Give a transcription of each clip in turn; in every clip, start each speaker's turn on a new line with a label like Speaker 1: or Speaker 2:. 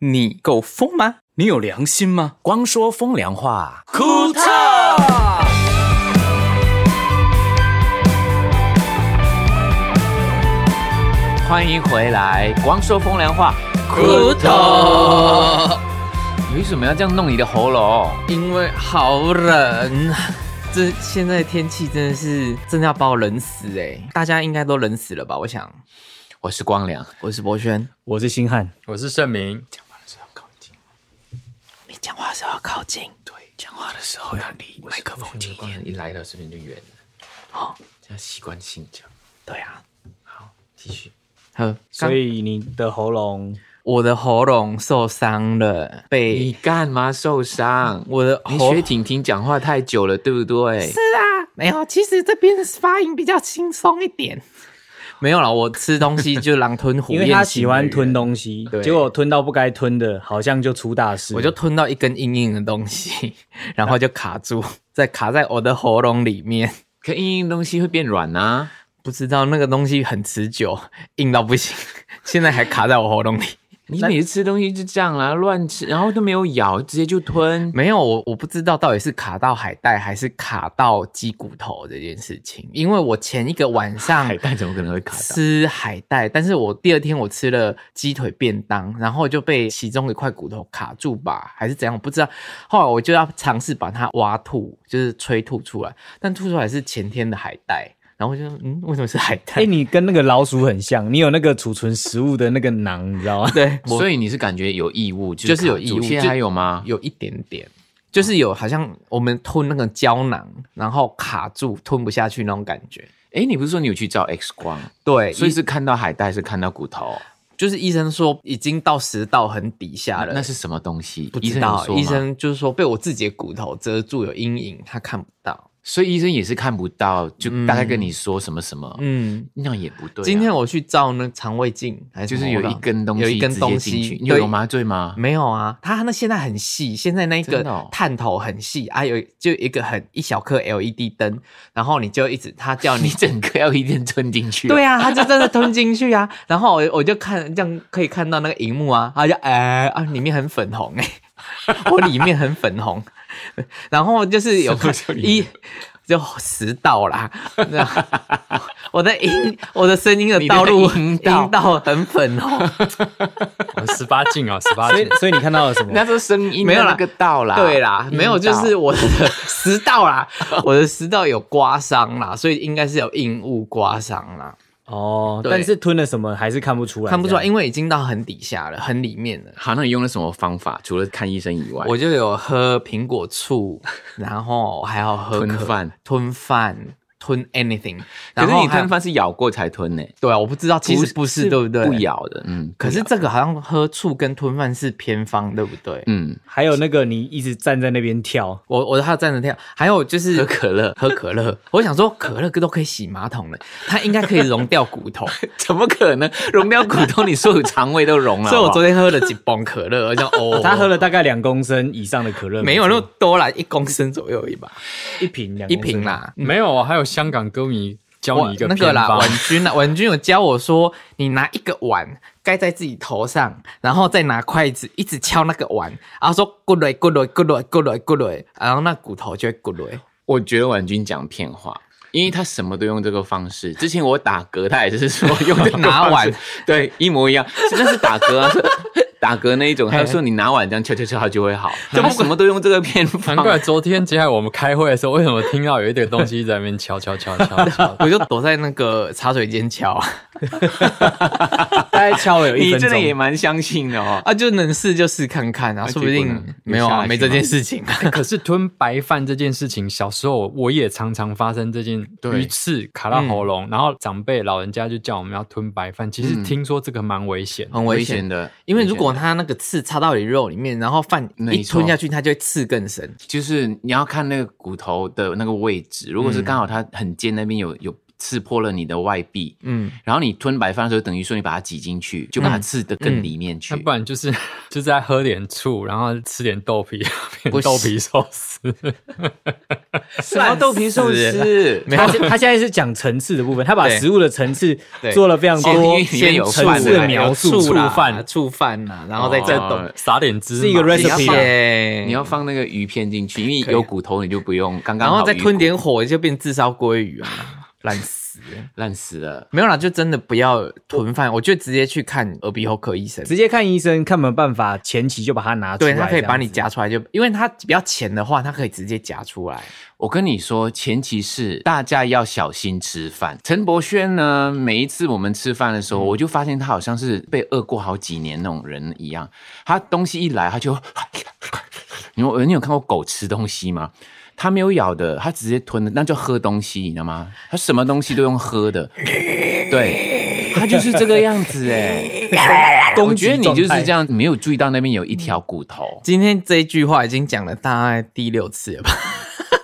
Speaker 1: 你够疯吗？你有良心吗？
Speaker 2: 光说风凉话，
Speaker 1: 库特，
Speaker 2: 欢迎回来。光说风凉话，
Speaker 1: 库特，
Speaker 2: 为什么要这样弄你的喉咙？
Speaker 3: 因为好冷，这现在天气真的是真的要把我冷死哎、大家应该都冷死了吧？我想，
Speaker 2: 我是光良，
Speaker 3: 我是博轩，
Speaker 4: 我是星汉，
Speaker 1: 我是盛明。
Speaker 3: 你讲话时候要靠近，对，讲话的时候要离麦克风近一点。
Speaker 1: 一来到这边就远了，好，要习惯性讲。
Speaker 3: 对啊，
Speaker 1: 好，继续。
Speaker 3: 呵，
Speaker 4: 所以你的喉咙
Speaker 3: 我的喉咙受伤了，
Speaker 2: 你
Speaker 3: 被
Speaker 2: 干嘛受伤？
Speaker 3: 我的
Speaker 2: 你
Speaker 3: 喉
Speaker 2: 学婷婷讲话太久了，对不对？
Speaker 3: 哦是啊，没有，其实这边的发音比较轻松一点。没有啦，我吃东西就狼吞虎
Speaker 4: 因
Speaker 3: 咽，
Speaker 4: 为他喜欢吞，东西，结果吞到不该吞的，好像就出大事。
Speaker 3: 我就吞到一根硬硬的东西， 然后就卡住， 再卡在我的喉咙里面。
Speaker 2: 可硬硬东西会变软啊。
Speaker 3: 不知道那个东西很持久，硬到不行，现在还卡在我喉咙里。
Speaker 2: 你每次吃东西就这样啦、乱吃，然后都没有咬，直接就 吞。
Speaker 3: 没有，我我不知道到底是卡到海带还是卡到鸡骨头这件事情，因为我前一个晚上
Speaker 2: 海带怎么可能会卡到？
Speaker 3: 吃海带，但是我第二天我吃了鸡腿便当，然后就被其中一块骨头卡住吧，还是怎样，我不知道。后来我就要尝试把它挖吐，就是吹吐出来，但吐出来是前天的海带，然后我就说嗯，为什么是海带？
Speaker 4: 哎、你跟那个老鼠很像，你有那个储存食物的那个囊，你知道吗？
Speaker 3: 对，我
Speaker 2: 所以你是感觉有异物，就
Speaker 3: 就是有
Speaker 2: 卡住
Speaker 3: 异物
Speaker 2: 现
Speaker 3: 就
Speaker 2: 在还有吗？
Speaker 3: 有一点点，就是有好像我们吞那个胶囊，然后卡住吞不下去那种感觉。
Speaker 2: 哎，你不是说你有去照 X 光？
Speaker 3: 对，
Speaker 2: 所以
Speaker 3: 医
Speaker 2: 是看到海带，是看到骨头，
Speaker 3: 就是医生说已经到食道很底下了，
Speaker 2: 那是什么东西？
Speaker 3: 不
Speaker 2: 医
Speaker 3: 知
Speaker 2: 生有
Speaker 3: 道
Speaker 2: 说吗
Speaker 3: 医生就是说被我自己的骨头遮住有阴影，他看不到。
Speaker 2: 所以医生也是看不到，就大概跟你说什么什么，
Speaker 3: 嗯，
Speaker 2: 那也不对啊、
Speaker 3: 今天我去照那肠胃镜，还
Speaker 2: 就是
Speaker 3: 什么
Speaker 2: 有
Speaker 3: 我
Speaker 2: 一
Speaker 3: 忘了
Speaker 2: 根东西
Speaker 3: 有一根
Speaker 2: 直接
Speaker 3: 东
Speaker 2: 进
Speaker 3: 西
Speaker 2: 去，，你有
Speaker 3: 对
Speaker 2: 用麻醉吗？
Speaker 3: 没有啊，它那现在很细，现在那个
Speaker 2: 真的哦
Speaker 3: 探头很细、啊，有就一个很一小颗 LED 灯，然后你就一直它叫你
Speaker 2: 你整个要一边吞进去，
Speaker 3: 对，啊，他就真的吞进去啊。 然后我我就看这样可以看到那个荧幕啊，他就哎、啊，里面很粉红哎、 我里面很粉红。然后就是有看一就食道啦， 那我的音我的声音的道路
Speaker 2: 你的阴道
Speaker 3: 阴道很粉红，
Speaker 1: 十八禁 啊，十八
Speaker 4: 所以
Speaker 1: 禁，，
Speaker 4: 所以你看到了什么？
Speaker 2: 那时候声音
Speaker 3: 没有啦
Speaker 2: 那个到啦，
Speaker 3: 对啦，没有
Speaker 2: 阴
Speaker 3: 就
Speaker 2: 道
Speaker 3: 是我的食道啦，我的食道有刮伤啦，所以应该是有硬物刮伤啦，
Speaker 4: 哦，
Speaker 3: 对
Speaker 4: 但是吞了什么还是看不出来，
Speaker 3: 看不出来，
Speaker 4: 这样
Speaker 3: 因为已经到很底下了，很里面了。
Speaker 2: 好，那你用了什么方法？除了看医生以外，
Speaker 3: 我就有喝苹果醋，然后还要喝可
Speaker 2: 吞饭、
Speaker 3: 吞饭、吞 anything。
Speaker 2: 可
Speaker 3: 然
Speaker 2: 是
Speaker 3: 后
Speaker 2: 你
Speaker 3: 还
Speaker 2: 吞，饭是咬过才吞呢、
Speaker 3: 对啊，我不知道，其实不是，对不对？
Speaker 2: 不。咬的，嗯，
Speaker 3: 可是这个好像喝醋跟吞饭是偏方，对不对？
Speaker 2: 嗯，
Speaker 4: 还有那个你一直站在那边跳，
Speaker 3: 我我还有站着跳，还有就是
Speaker 2: 喝可乐
Speaker 3: 喝可乐。我想说可乐都可以洗马桶了，它应该可以溶掉骨 头，
Speaker 2: 怎么可 能溶掉骨头？你所有肠胃都 溶了，
Speaker 3: 所以我
Speaker 2: 好不
Speaker 3: 昨
Speaker 2: 好
Speaker 3: 天喝了几泵可乐，我就 哦，
Speaker 4: 他喝了大概两公升以上的可乐，
Speaker 3: 没有那么多啦，一公升左右一把，
Speaker 4: 一瓶两
Speaker 3: 一
Speaker 4: 公升嗯
Speaker 3: 瓶，啦，
Speaker 1: 没有啊，还有香 港歌迷教
Speaker 3: 我
Speaker 1: 你一个
Speaker 3: 那
Speaker 1: 偏
Speaker 3: 个啦，
Speaker 1: 方
Speaker 3: 婉君啦， 婉君有教我说，你拿一个碗盖在自己头上，然后再拿筷子一直敲那个碗，然后说咕噜咕噜咕噜咕噜咕噜，然后那骨头就会咕噜。
Speaker 2: 我觉得婉君讲骗话。因为他什么都用这个方式。之前我打嗝，他也是说用这个
Speaker 3: 拿
Speaker 2: 方式
Speaker 3: 碗，
Speaker 2: 对，一模一样。那是打 嗝啊，是打嗝那一种。他说你拿碗这样敲敲敲，它就会好。 他什么都用这个偏方
Speaker 1: 难。怪昨天接下来我们开会的时候，为什么听到有一点东西在那边敲敲敲 敲敲？
Speaker 3: 我就躲在那个茶水间敲
Speaker 4: 大概敲了有一
Speaker 2: 你
Speaker 4: 分
Speaker 2: 真的也
Speaker 4: 钟。
Speaker 2: 蛮相信的哦。
Speaker 3: 啊，就能试就试看看啊，
Speaker 2: 啊
Speaker 3: 说不
Speaker 2: 结果呢
Speaker 3: 定没有
Speaker 2: 有下来
Speaker 3: 啊，
Speaker 2: 是
Speaker 3: 没这件事情 啊。
Speaker 1: 哎可是吞白饭这件事情，小时候我也常常发生这件
Speaker 2: 对
Speaker 1: 鱼刺卡到喉
Speaker 3: 嗯
Speaker 1: 咙，然后长辈老人家就叫我们要吞白饭。其实
Speaker 2: 嗯
Speaker 1: 听说这个蛮危险的，
Speaker 3: 很危
Speaker 2: 危
Speaker 3: 险
Speaker 2: 险
Speaker 3: 的，
Speaker 2: 的，
Speaker 3: 因为如
Speaker 2: 危
Speaker 3: 果
Speaker 2: 险
Speaker 3: 它那个刺插到你肉里面，然后饭
Speaker 2: 没
Speaker 3: 一
Speaker 2: 错
Speaker 3: 吞下去，它就会刺更深。
Speaker 2: 嗯的就是你要看那个骨头的那个位置，如果是刚好它很尖那边有有刺破了你的外壁，
Speaker 3: 嗯，
Speaker 2: 然后你吞白饭的时候，等于说你把它挤进去，就把它刺得更里面去。
Speaker 1: 那不然就是 就是再喝点醋，然后吃点豆皮，
Speaker 3: 不
Speaker 1: 变豆皮寿司。
Speaker 2: 什么豆皮寿
Speaker 3: 烂
Speaker 2: 司？
Speaker 3: 没有
Speaker 4: 他现他现在是讲层次的部分，他把
Speaker 3: 对
Speaker 4: 食物的层次
Speaker 3: 对
Speaker 4: 做了非常
Speaker 2: 哦因
Speaker 4: 多
Speaker 2: 为里面有
Speaker 4: 层
Speaker 2: 饭
Speaker 4: 次
Speaker 2: 的
Speaker 4: 的描述，
Speaker 3: 醋啦
Speaker 4: 触犯
Speaker 3: 醋饭呐，然后再再
Speaker 2: 哦
Speaker 3: 懂，
Speaker 1: 撒点芝麻，
Speaker 4: 是一个 recipe 啊
Speaker 3: 耶
Speaker 2: 你要放那个鱼片进去，因为有骨头你就不用。刚刚
Speaker 3: 然
Speaker 2: 好
Speaker 3: 后再
Speaker 2: 鱼
Speaker 3: 吞
Speaker 2: 骨
Speaker 3: 点火，就变自烧鲑鱼 啊，烂死了。
Speaker 2: 烂死了。
Speaker 3: 没有啦，就真的不要囤饭，我就直接去看耳鼻喉科医生。
Speaker 4: 直接看医生看有没有办法，前期就把它拿出来，
Speaker 3: 对他可以把你
Speaker 4: 这样
Speaker 3: 夹出来就，因为他比较浅的话，他可以直接夹出来。
Speaker 2: 我跟你说，前提是大家要小心吃饭。陈柏轩呢，每一次我们吃饭的时候，
Speaker 3: 嗯
Speaker 2: 我就发现他好像是被饿过好几年那种人一样。他东西一来，他就 你有你有看过狗吃东西吗？他没有咬的，他直接吞的，那叫喝东西，你知道吗？他什么东西都用喝的，对，他就是这个样子哎。
Speaker 4: 子
Speaker 2: 我觉得你就是这
Speaker 4: 样。
Speaker 2: 样，没有注意到那边有一条骨头。
Speaker 3: 今天这一句话已经讲了大概第六次了吧？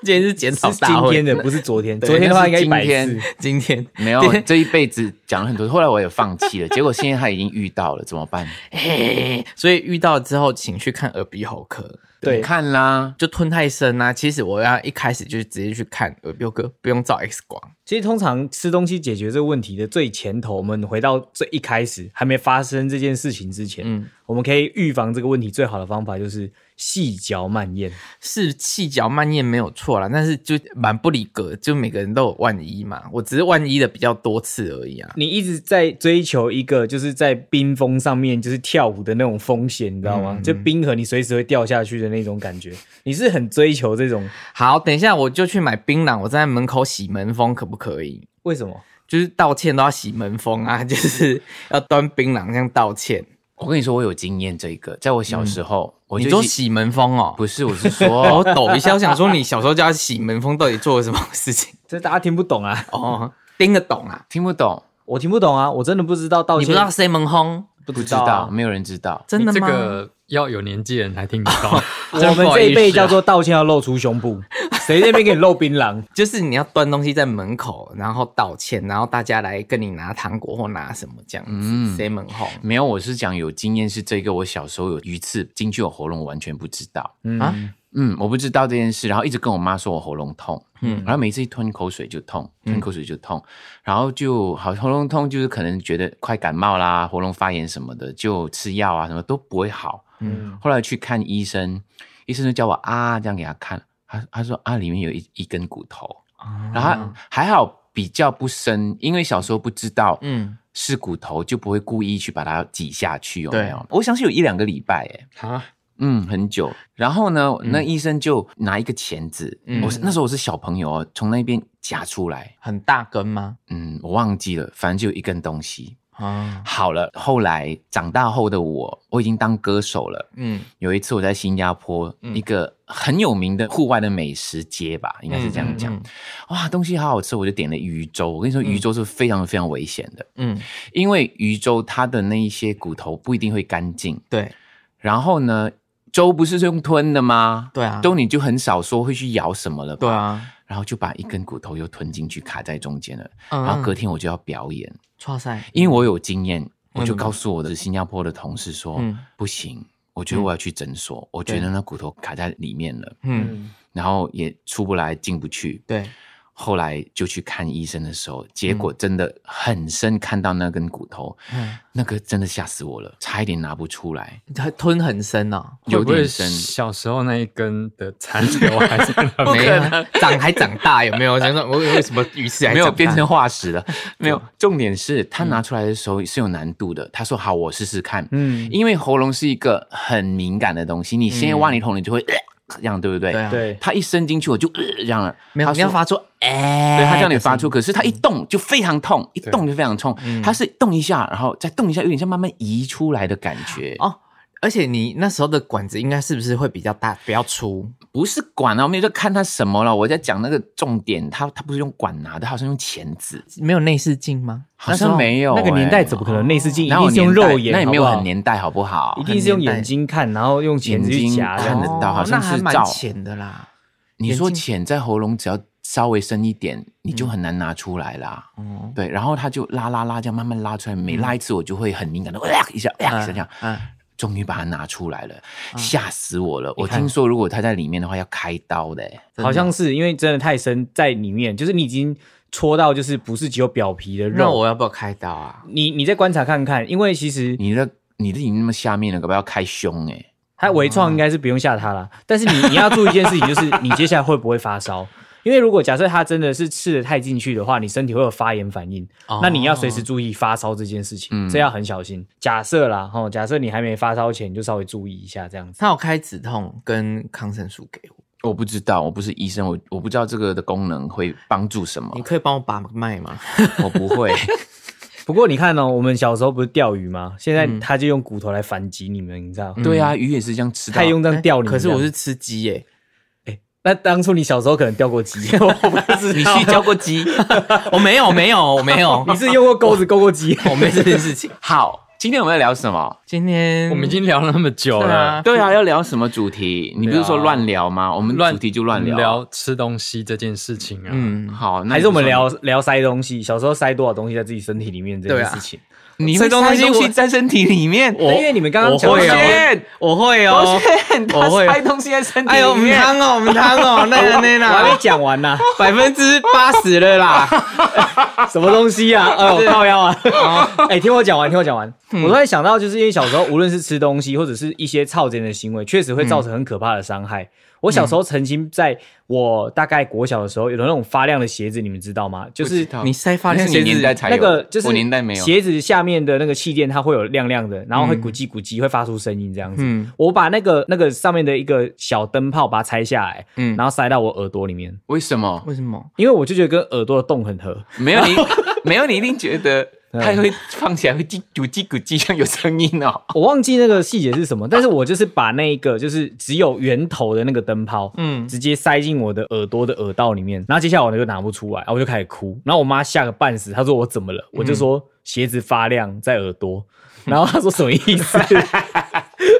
Speaker 3: 今天是检讨
Speaker 4: 是
Speaker 3: 大
Speaker 4: 今
Speaker 3: 会，
Speaker 4: 天的，不是昨天。
Speaker 2: 对
Speaker 4: 昨天的话应该一
Speaker 2: 那
Speaker 4: 百
Speaker 2: 是今天
Speaker 4: 次。
Speaker 3: 今天
Speaker 2: 没有，这一辈子讲了很多，后来我也放弃 了。结果现在他已经遇到了，怎么办？
Speaker 3: 嘿所以遇到之后，请去看耳鼻喉科。
Speaker 4: 对
Speaker 2: 你看啦，
Speaker 3: 就吞太深啊！其实我要一开始就直接去看耳鼻喉科，不用照 X 光。
Speaker 4: 其实通常吃东西解决这个问题的最前头，我们回到最一开始还没发生这件事情之前，
Speaker 3: 嗯
Speaker 4: 我们可以预防这个问题最好的方法就是细嚼慢咽。
Speaker 3: 是细嚼慢咽没有错啦，但是就蛮不离格，就每个人都有万一嘛。我只是万一的比较多次而已啊。
Speaker 4: 你一直在追求一个就是在冰峰上面就是跳舞的那种风险，你知道吗？就冰河你随时会掉下去的那种感觉，你是很追求这种。
Speaker 3: 好，等一下我就去买槟榔，我站在门口洗门风，可不可以？
Speaker 4: 为什么？
Speaker 3: 就是道歉都要洗门风啊， 就是要端槟榔这样道歉。
Speaker 2: 我跟你说，我有经验这一个，在我小时候，我
Speaker 3: 嗯你
Speaker 2: 就
Speaker 3: 说
Speaker 2: 是
Speaker 3: 洗门风哦？
Speaker 2: 不是，我是
Speaker 3: 我
Speaker 2: 说，
Speaker 3: 抖一下，我想说你小时候叫他洗门风，到底做了什么事情？
Speaker 4: 这大家听不懂啊！
Speaker 3: 哦， 听得懂啊？
Speaker 2: 听不懂，
Speaker 4: 我听不懂啊！我真的不知道道
Speaker 3: 你不
Speaker 4: 歉，
Speaker 3: 知道谁门风？
Speaker 4: 不
Speaker 2: 不
Speaker 4: 知
Speaker 2: 知
Speaker 4: 道
Speaker 2: 道，
Speaker 4: 啊、
Speaker 2: 没有人知道。
Speaker 3: 真的
Speaker 1: 你这
Speaker 3: 吗？哦
Speaker 1: 个要有年纪的人才听得 到。
Speaker 4: 我们这一辈叫做道歉要露出胸 部，谁在那边给你露槟榔？
Speaker 3: 就是你要端东西在门口，然后道歉，然后大家来跟你拿糖果或拿什么这样
Speaker 2: 嗯
Speaker 3: 子。谁门红
Speaker 2: 没有，我是讲有经验是这个，我小时候有鱼刺进去我喉咙，我完全不知道。
Speaker 3: 啊？
Speaker 2: 嗯，我不知道这件事，然后一直跟我妈说我喉咙痛，嗯，然后每次一吞口水就痛，吞口水就痛，然后就好喉咙痛就是可能觉得快感冒啦，喉咙发炎什么的，就吃药啊什么都不会好，嗯，后来去看医生，医生就叫我啊这样给他看，他他说啊里面有一一根骨头，然后他还好比较不深，因为小时候不知道，
Speaker 3: 嗯
Speaker 2: 嗯。是骨头就不会故意去把它挤下去，有
Speaker 3: 对
Speaker 2: 没有？我想是有一两个礼拜，哎，嗯，很久。然后呢，
Speaker 3: 嗯
Speaker 2: 那医生就拿一个钳子，我是那时候我是小朋友哦，从那边夹出来，
Speaker 3: 很大根吗？
Speaker 2: 嗯，我忘记了，反正就有一根东西。
Speaker 3: 啊，
Speaker 2: 好了，后来长大后的我，我已经当歌手了。
Speaker 3: 嗯
Speaker 2: 有一次我在新加坡、一个很有名的户外的美食街吧，应该是这样讲。
Speaker 3: 嗯嗯
Speaker 2: 哇，东西好好吃，我就点了鱼粥。我跟你说，鱼粥是非常非常危险的，
Speaker 3: 嗯，
Speaker 2: 因为鱼粥它的那一些骨头不一定会干净。
Speaker 3: 对
Speaker 2: 然后呢，粥不是用吞的吗？
Speaker 3: 对啊
Speaker 2: 粥你就很少说会去咬什么了吧？
Speaker 3: 对。啊，
Speaker 2: 然后就把一根骨头又吞进去，卡在中间了。
Speaker 3: 嗯
Speaker 2: 然后隔天我就要表演，
Speaker 3: 哇塞，
Speaker 2: 因为我有经验，我就
Speaker 3: 嗯
Speaker 2: 告诉我的新加坡的同事说，
Speaker 3: 嗯
Speaker 2: 不行，我觉得我要去诊所，我觉得那骨头卡在里面了，
Speaker 3: 嗯，
Speaker 2: 然后也出不来，进不去。
Speaker 3: 对，
Speaker 2: 后来就去看医生的时候，结果真的很深，看到那根骨头，
Speaker 3: 嗯，
Speaker 2: 那个真的吓死我了，差一点拿不出来。
Speaker 3: 它吞很深哦，
Speaker 2: 有
Speaker 1: 会不
Speaker 2: 点
Speaker 1: 会
Speaker 2: 深，
Speaker 1: 小时候那一根的残留还在那
Speaker 3: 没
Speaker 1: 边？
Speaker 3: 有啊长还长大有没有？想想我为什么嗯鱼刺还
Speaker 2: 没有
Speaker 3: 长大
Speaker 2: 变成化石了，没有。重点是他拿出来的时候是有难度的。他说：“好，我试试看。”嗯，因为喉咙是一个很敏感的东西，你先挖你喉咙，你就会、呃、这样，对不对？
Speaker 3: 嗯对啊
Speaker 4: 对，
Speaker 2: 他一伸进去，我就、呃、这样了。
Speaker 3: 没有，
Speaker 2: 他
Speaker 3: 你要
Speaker 2: 说
Speaker 3: 发出哎，
Speaker 2: 对他叫你发出，可是
Speaker 3: 嗯
Speaker 2: 他一动就非常痛，一动就非常痛。他是动一下，然后再动一下，有点像慢慢移出来的感觉。
Speaker 3: 哦。而且你那时候的管子应该是不是会比较大，比较粗？
Speaker 2: 不是管啊，我们就看他什么了。我在讲那个重点，他他不是用管拿的，他好像用钳子，
Speaker 3: 没有内视镜吗？
Speaker 2: 好像没有、
Speaker 4: 那个年代
Speaker 2: 欸
Speaker 4: 怎么可能内视镜一
Speaker 2: 哪有
Speaker 4: 定是用
Speaker 2: 年代
Speaker 4: 肉眼？
Speaker 2: 那也没有
Speaker 4: 好不好
Speaker 2: 很年代，好不好
Speaker 4: 一？定是用眼睛看，然后用钳子去夹
Speaker 2: 眼睛看
Speaker 4: 的。
Speaker 2: 得到好像
Speaker 3: 哦那还
Speaker 2: 是
Speaker 3: 蛮
Speaker 2: 照
Speaker 3: 浅的啦。
Speaker 2: 你说潜在喉咙，只要稍微深一点，你就很难拿出来啦。
Speaker 3: 嗯
Speaker 2: 对，然后他就拉拉拉，这样慢慢拉出来，每拉一次我就会很敏感的，哇、一下，哇、一下这样。
Speaker 3: 嗯，
Speaker 2: 终于把它拿出来了，吓死我了！我
Speaker 3: 看
Speaker 2: 听说如果他在里面的话要开刀的、欸
Speaker 3: 真的
Speaker 4: 好像是因为真的太深在里面，就是你已经戳到，就是不是只有表皮的
Speaker 3: 那
Speaker 4: 肉。
Speaker 3: 我要不要开刀啊？
Speaker 4: 你你再观察看看，因为其实
Speaker 3: 嗯
Speaker 2: 你的你的已经那么下面了，搞不好要开胸哎、
Speaker 4: 它微创应该是不用吓它啦，但是你你要注意一件事情，就是你接下来会不会发烧？ 因为如果假设它真的是刺的太进去的话，你身体会有发炎反应，
Speaker 3: 哦
Speaker 4: 那你要随时注意发烧这件事情，
Speaker 2: 嗯
Speaker 4: 这要很小心。假设啦，哈，假设你还没发烧前，你就稍微注意一下这样子。
Speaker 3: 他有开止痛跟抗生素给我，
Speaker 2: 我不知道，我不是医生，我我不知道这个的功能会帮助什么
Speaker 3: 你，可以帮我把脉吗？
Speaker 2: 我不 会。
Speaker 4: 不过你看哦，我们小时候不是钓鱼吗？现
Speaker 3: 嗯
Speaker 4: 在它就用骨头来反击你们，你知道？
Speaker 2: 对啊，鱼也是这样吃到
Speaker 4: 太用这样钓你们
Speaker 3: 哎可
Speaker 4: 这
Speaker 3: 是
Speaker 4: 样。
Speaker 3: 我是吃鸡耶，
Speaker 4: 那当初你小时候可能钓过鸡， 我不知道
Speaker 3: 你去教过鸡？我没有，没有，我没有，
Speaker 4: 你是用过钩子钩过鸡？
Speaker 3: 我没这件事情。
Speaker 2: 好，今天我们要聊什么？
Speaker 3: 今天
Speaker 1: 我们已经聊了那么久
Speaker 3: 对啊
Speaker 1: 了，
Speaker 2: 对啊，要聊什么主题？你不是说乱聊吗？我们
Speaker 1: 乱
Speaker 2: 主题就乱聊。
Speaker 1: 聊吃东西这件事情啊。
Speaker 3: 嗯，
Speaker 2: 好，那
Speaker 4: 还是我们
Speaker 2: 你说
Speaker 4: 聊聊塞东西？小时候塞多少东西在自己身体里面这
Speaker 3: 啊
Speaker 4: 件事情？
Speaker 2: 你
Speaker 3: 塞
Speaker 2: 会
Speaker 3: 东
Speaker 2: 塞
Speaker 3: 西
Speaker 2: 东
Speaker 3: 我
Speaker 2: 西在身体里面？
Speaker 4: 对因为你们刚刚
Speaker 3: 我
Speaker 4: 讲
Speaker 3: 会
Speaker 4: 到
Speaker 3: 哦，我会
Speaker 2: 抱
Speaker 3: 哦。
Speaker 2: 歉，他
Speaker 3: 我会
Speaker 2: 塞东西在身体
Speaker 3: 哎呦，我
Speaker 2: 里
Speaker 3: 们
Speaker 2: 面。
Speaker 3: 汤哦，我们汤哦，那个那
Speaker 4: 我还没
Speaker 3: 个，
Speaker 4: 哎讲完呢，
Speaker 3: 百分之八十了啦。
Speaker 4: 什么东西 啊？哎呦，靠腰啊！
Speaker 3: 哦
Speaker 4: 哎，听我讲完，听我讲完。
Speaker 3: 嗯
Speaker 4: 我突然想到，就是因为小时候无论是吃东西或者是一些操贼的行为，确实会造成很可怕的伤
Speaker 3: 嗯
Speaker 4: 害。我小时候曾经在我大概国小的时候，有那种发亮的鞋子，你们知道吗？就是
Speaker 3: 你塞发
Speaker 2: 那
Speaker 3: 现
Speaker 2: 是你年代才有
Speaker 4: 那个就是
Speaker 2: 我年代没有。嗯
Speaker 4: 鞋子下面的那个气垫，它会有亮亮的，然后会咕叽咕叽，会发出声音这样子。
Speaker 3: 嗯
Speaker 4: 我把那个那个上面的一个小灯泡把它拆下来，
Speaker 3: 嗯
Speaker 4: 然后塞到我耳朵里面，
Speaker 2: 为什么？
Speaker 3: 为什么？
Speaker 4: 因为我就觉得跟耳朵的洞很合。
Speaker 2: 没有你，没有你一定觉得它会放起来会叽咕叽咕叽，像有声音哦。
Speaker 4: 我忘记那个细节是什么，但是我就是把那个就是只有圆头的那个灯泡，
Speaker 3: 嗯
Speaker 4: 直接塞进我的耳朵的耳道里面，然后接下来我就拿不出来，我就开始哭，然后我妈吓个半死，她说我怎么了？我就说鞋子发亮在耳朵，然后她说什么意思？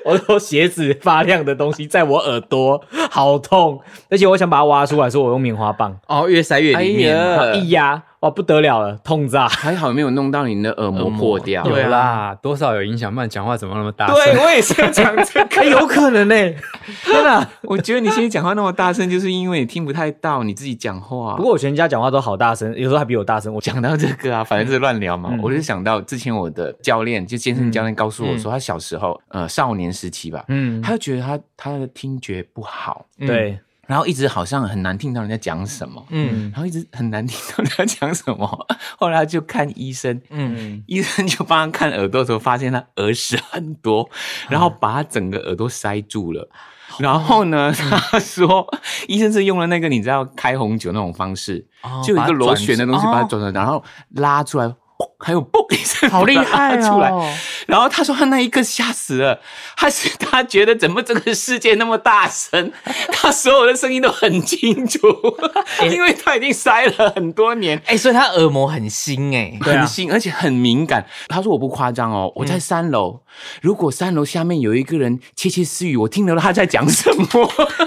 Speaker 4: 我说鞋子发亮的东西在我耳朵，好痛，而且我想把它挖出来，说我用棉花棒，
Speaker 3: 哦，越塞越里面。
Speaker 2: 哎呀
Speaker 4: 然后一压，哇不得了了，痛炸！
Speaker 2: 还好没有弄到你的耳膜破掉。
Speaker 3: 对啊
Speaker 1: 有啦，多少有影响，不然讲话怎么那么
Speaker 2: 啊
Speaker 1: 大
Speaker 4: 对，
Speaker 1: 声？
Speaker 4: 我也是讲这个，哎有可能欸呢、真的、
Speaker 2: 啊我觉得你现在讲话那么大声，就是因为你听不太到你自己讲话。
Speaker 4: 不过我全家讲话都好大声，有时候还比我大声。我讲
Speaker 2: 讲到这个啊，反正就是乱聊嘛，
Speaker 4: 嗯
Speaker 2: 我就想到之前我的教练，就健身教练告诉我说，他小时候，呃，少年时期吧，
Speaker 4: 嗯，
Speaker 2: 他就觉得他他的听觉不好，
Speaker 4: 对，
Speaker 2: 然后一直好像很难听到人家讲什么，
Speaker 3: 嗯
Speaker 2: 然后一直很难听到人家讲什么， 后来他就看医生，
Speaker 3: 嗯，
Speaker 2: 医生 就帮他看耳朵的时候，发现他耳屎很多，
Speaker 3: 嗯
Speaker 2: 然后把他整个耳朵塞住了。然后
Speaker 3: 嗯
Speaker 2: 呢，他说医生是用了那个你知道开红酒那种方式，
Speaker 3: 哦
Speaker 2: 就有一个螺旋的东西把它转转，然后拉出来，嘣还有嘣一声，
Speaker 3: 好厉
Speaker 2: 把它
Speaker 3: 害哦！
Speaker 2: 拉出来，然后他说他那一刻吓死了，他是他觉得怎么这个世界那么大声，他所有的声音都很清楚，因为他已经塞了很多年，
Speaker 3: 哎、所以他耳膜很新哎、
Speaker 4: 对啊
Speaker 2: 很新，而且很敏感。他说我不夸张哦，我在三楼，如果三楼下面有一个人窃窃私语，我听得到他在讲什么。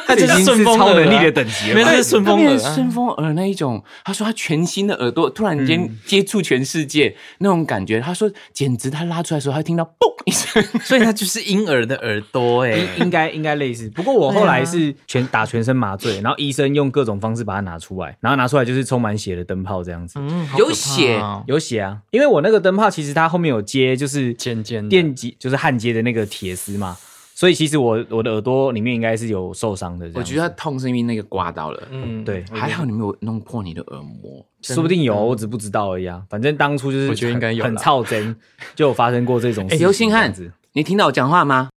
Speaker 3: 他
Speaker 4: 这已经是超能力的等级了
Speaker 3: 没
Speaker 4: 吧。
Speaker 3: 有这是顺风耳、
Speaker 2: 他变
Speaker 3: 啊。
Speaker 2: 顺风耳那一种。他说他全新的耳朵突然间接触全世界、那种感觉，他说简直他拉出来的时候，他听到嘣一声。
Speaker 3: 所以他就是婴儿的耳朵哎、
Speaker 4: 应该应该类似，不过我后来是全打全身麻醉，然后医生用各种方式把它拿出来，然后拿出来就是充满血的灯泡这样子，
Speaker 3: 嗯，
Speaker 2: 有血
Speaker 4: 有血啊，因为我那个灯泡其实它后面有接就是
Speaker 1: 尖尖的
Speaker 4: 电极，就是焊接的那个铁丝嘛，所以其实我我的耳朵里面应该是有受伤的这样子，
Speaker 2: 我觉得他痛是因为那个刮到了，
Speaker 3: 嗯，
Speaker 4: 对，
Speaker 2: 还好你没有弄破你的耳膜。
Speaker 4: 说不定有，我只不知道而已啊，反正当初就是
Speaker 1: 我觉得应该有啦
Speaker 4: 很操真，就有发生过这种事情
Speaker 2: 刘星
Speaker 4: 这
Speaker 2: 汉
Speaker 4: 样子，
Speaker 2: 你听到我讲话吗？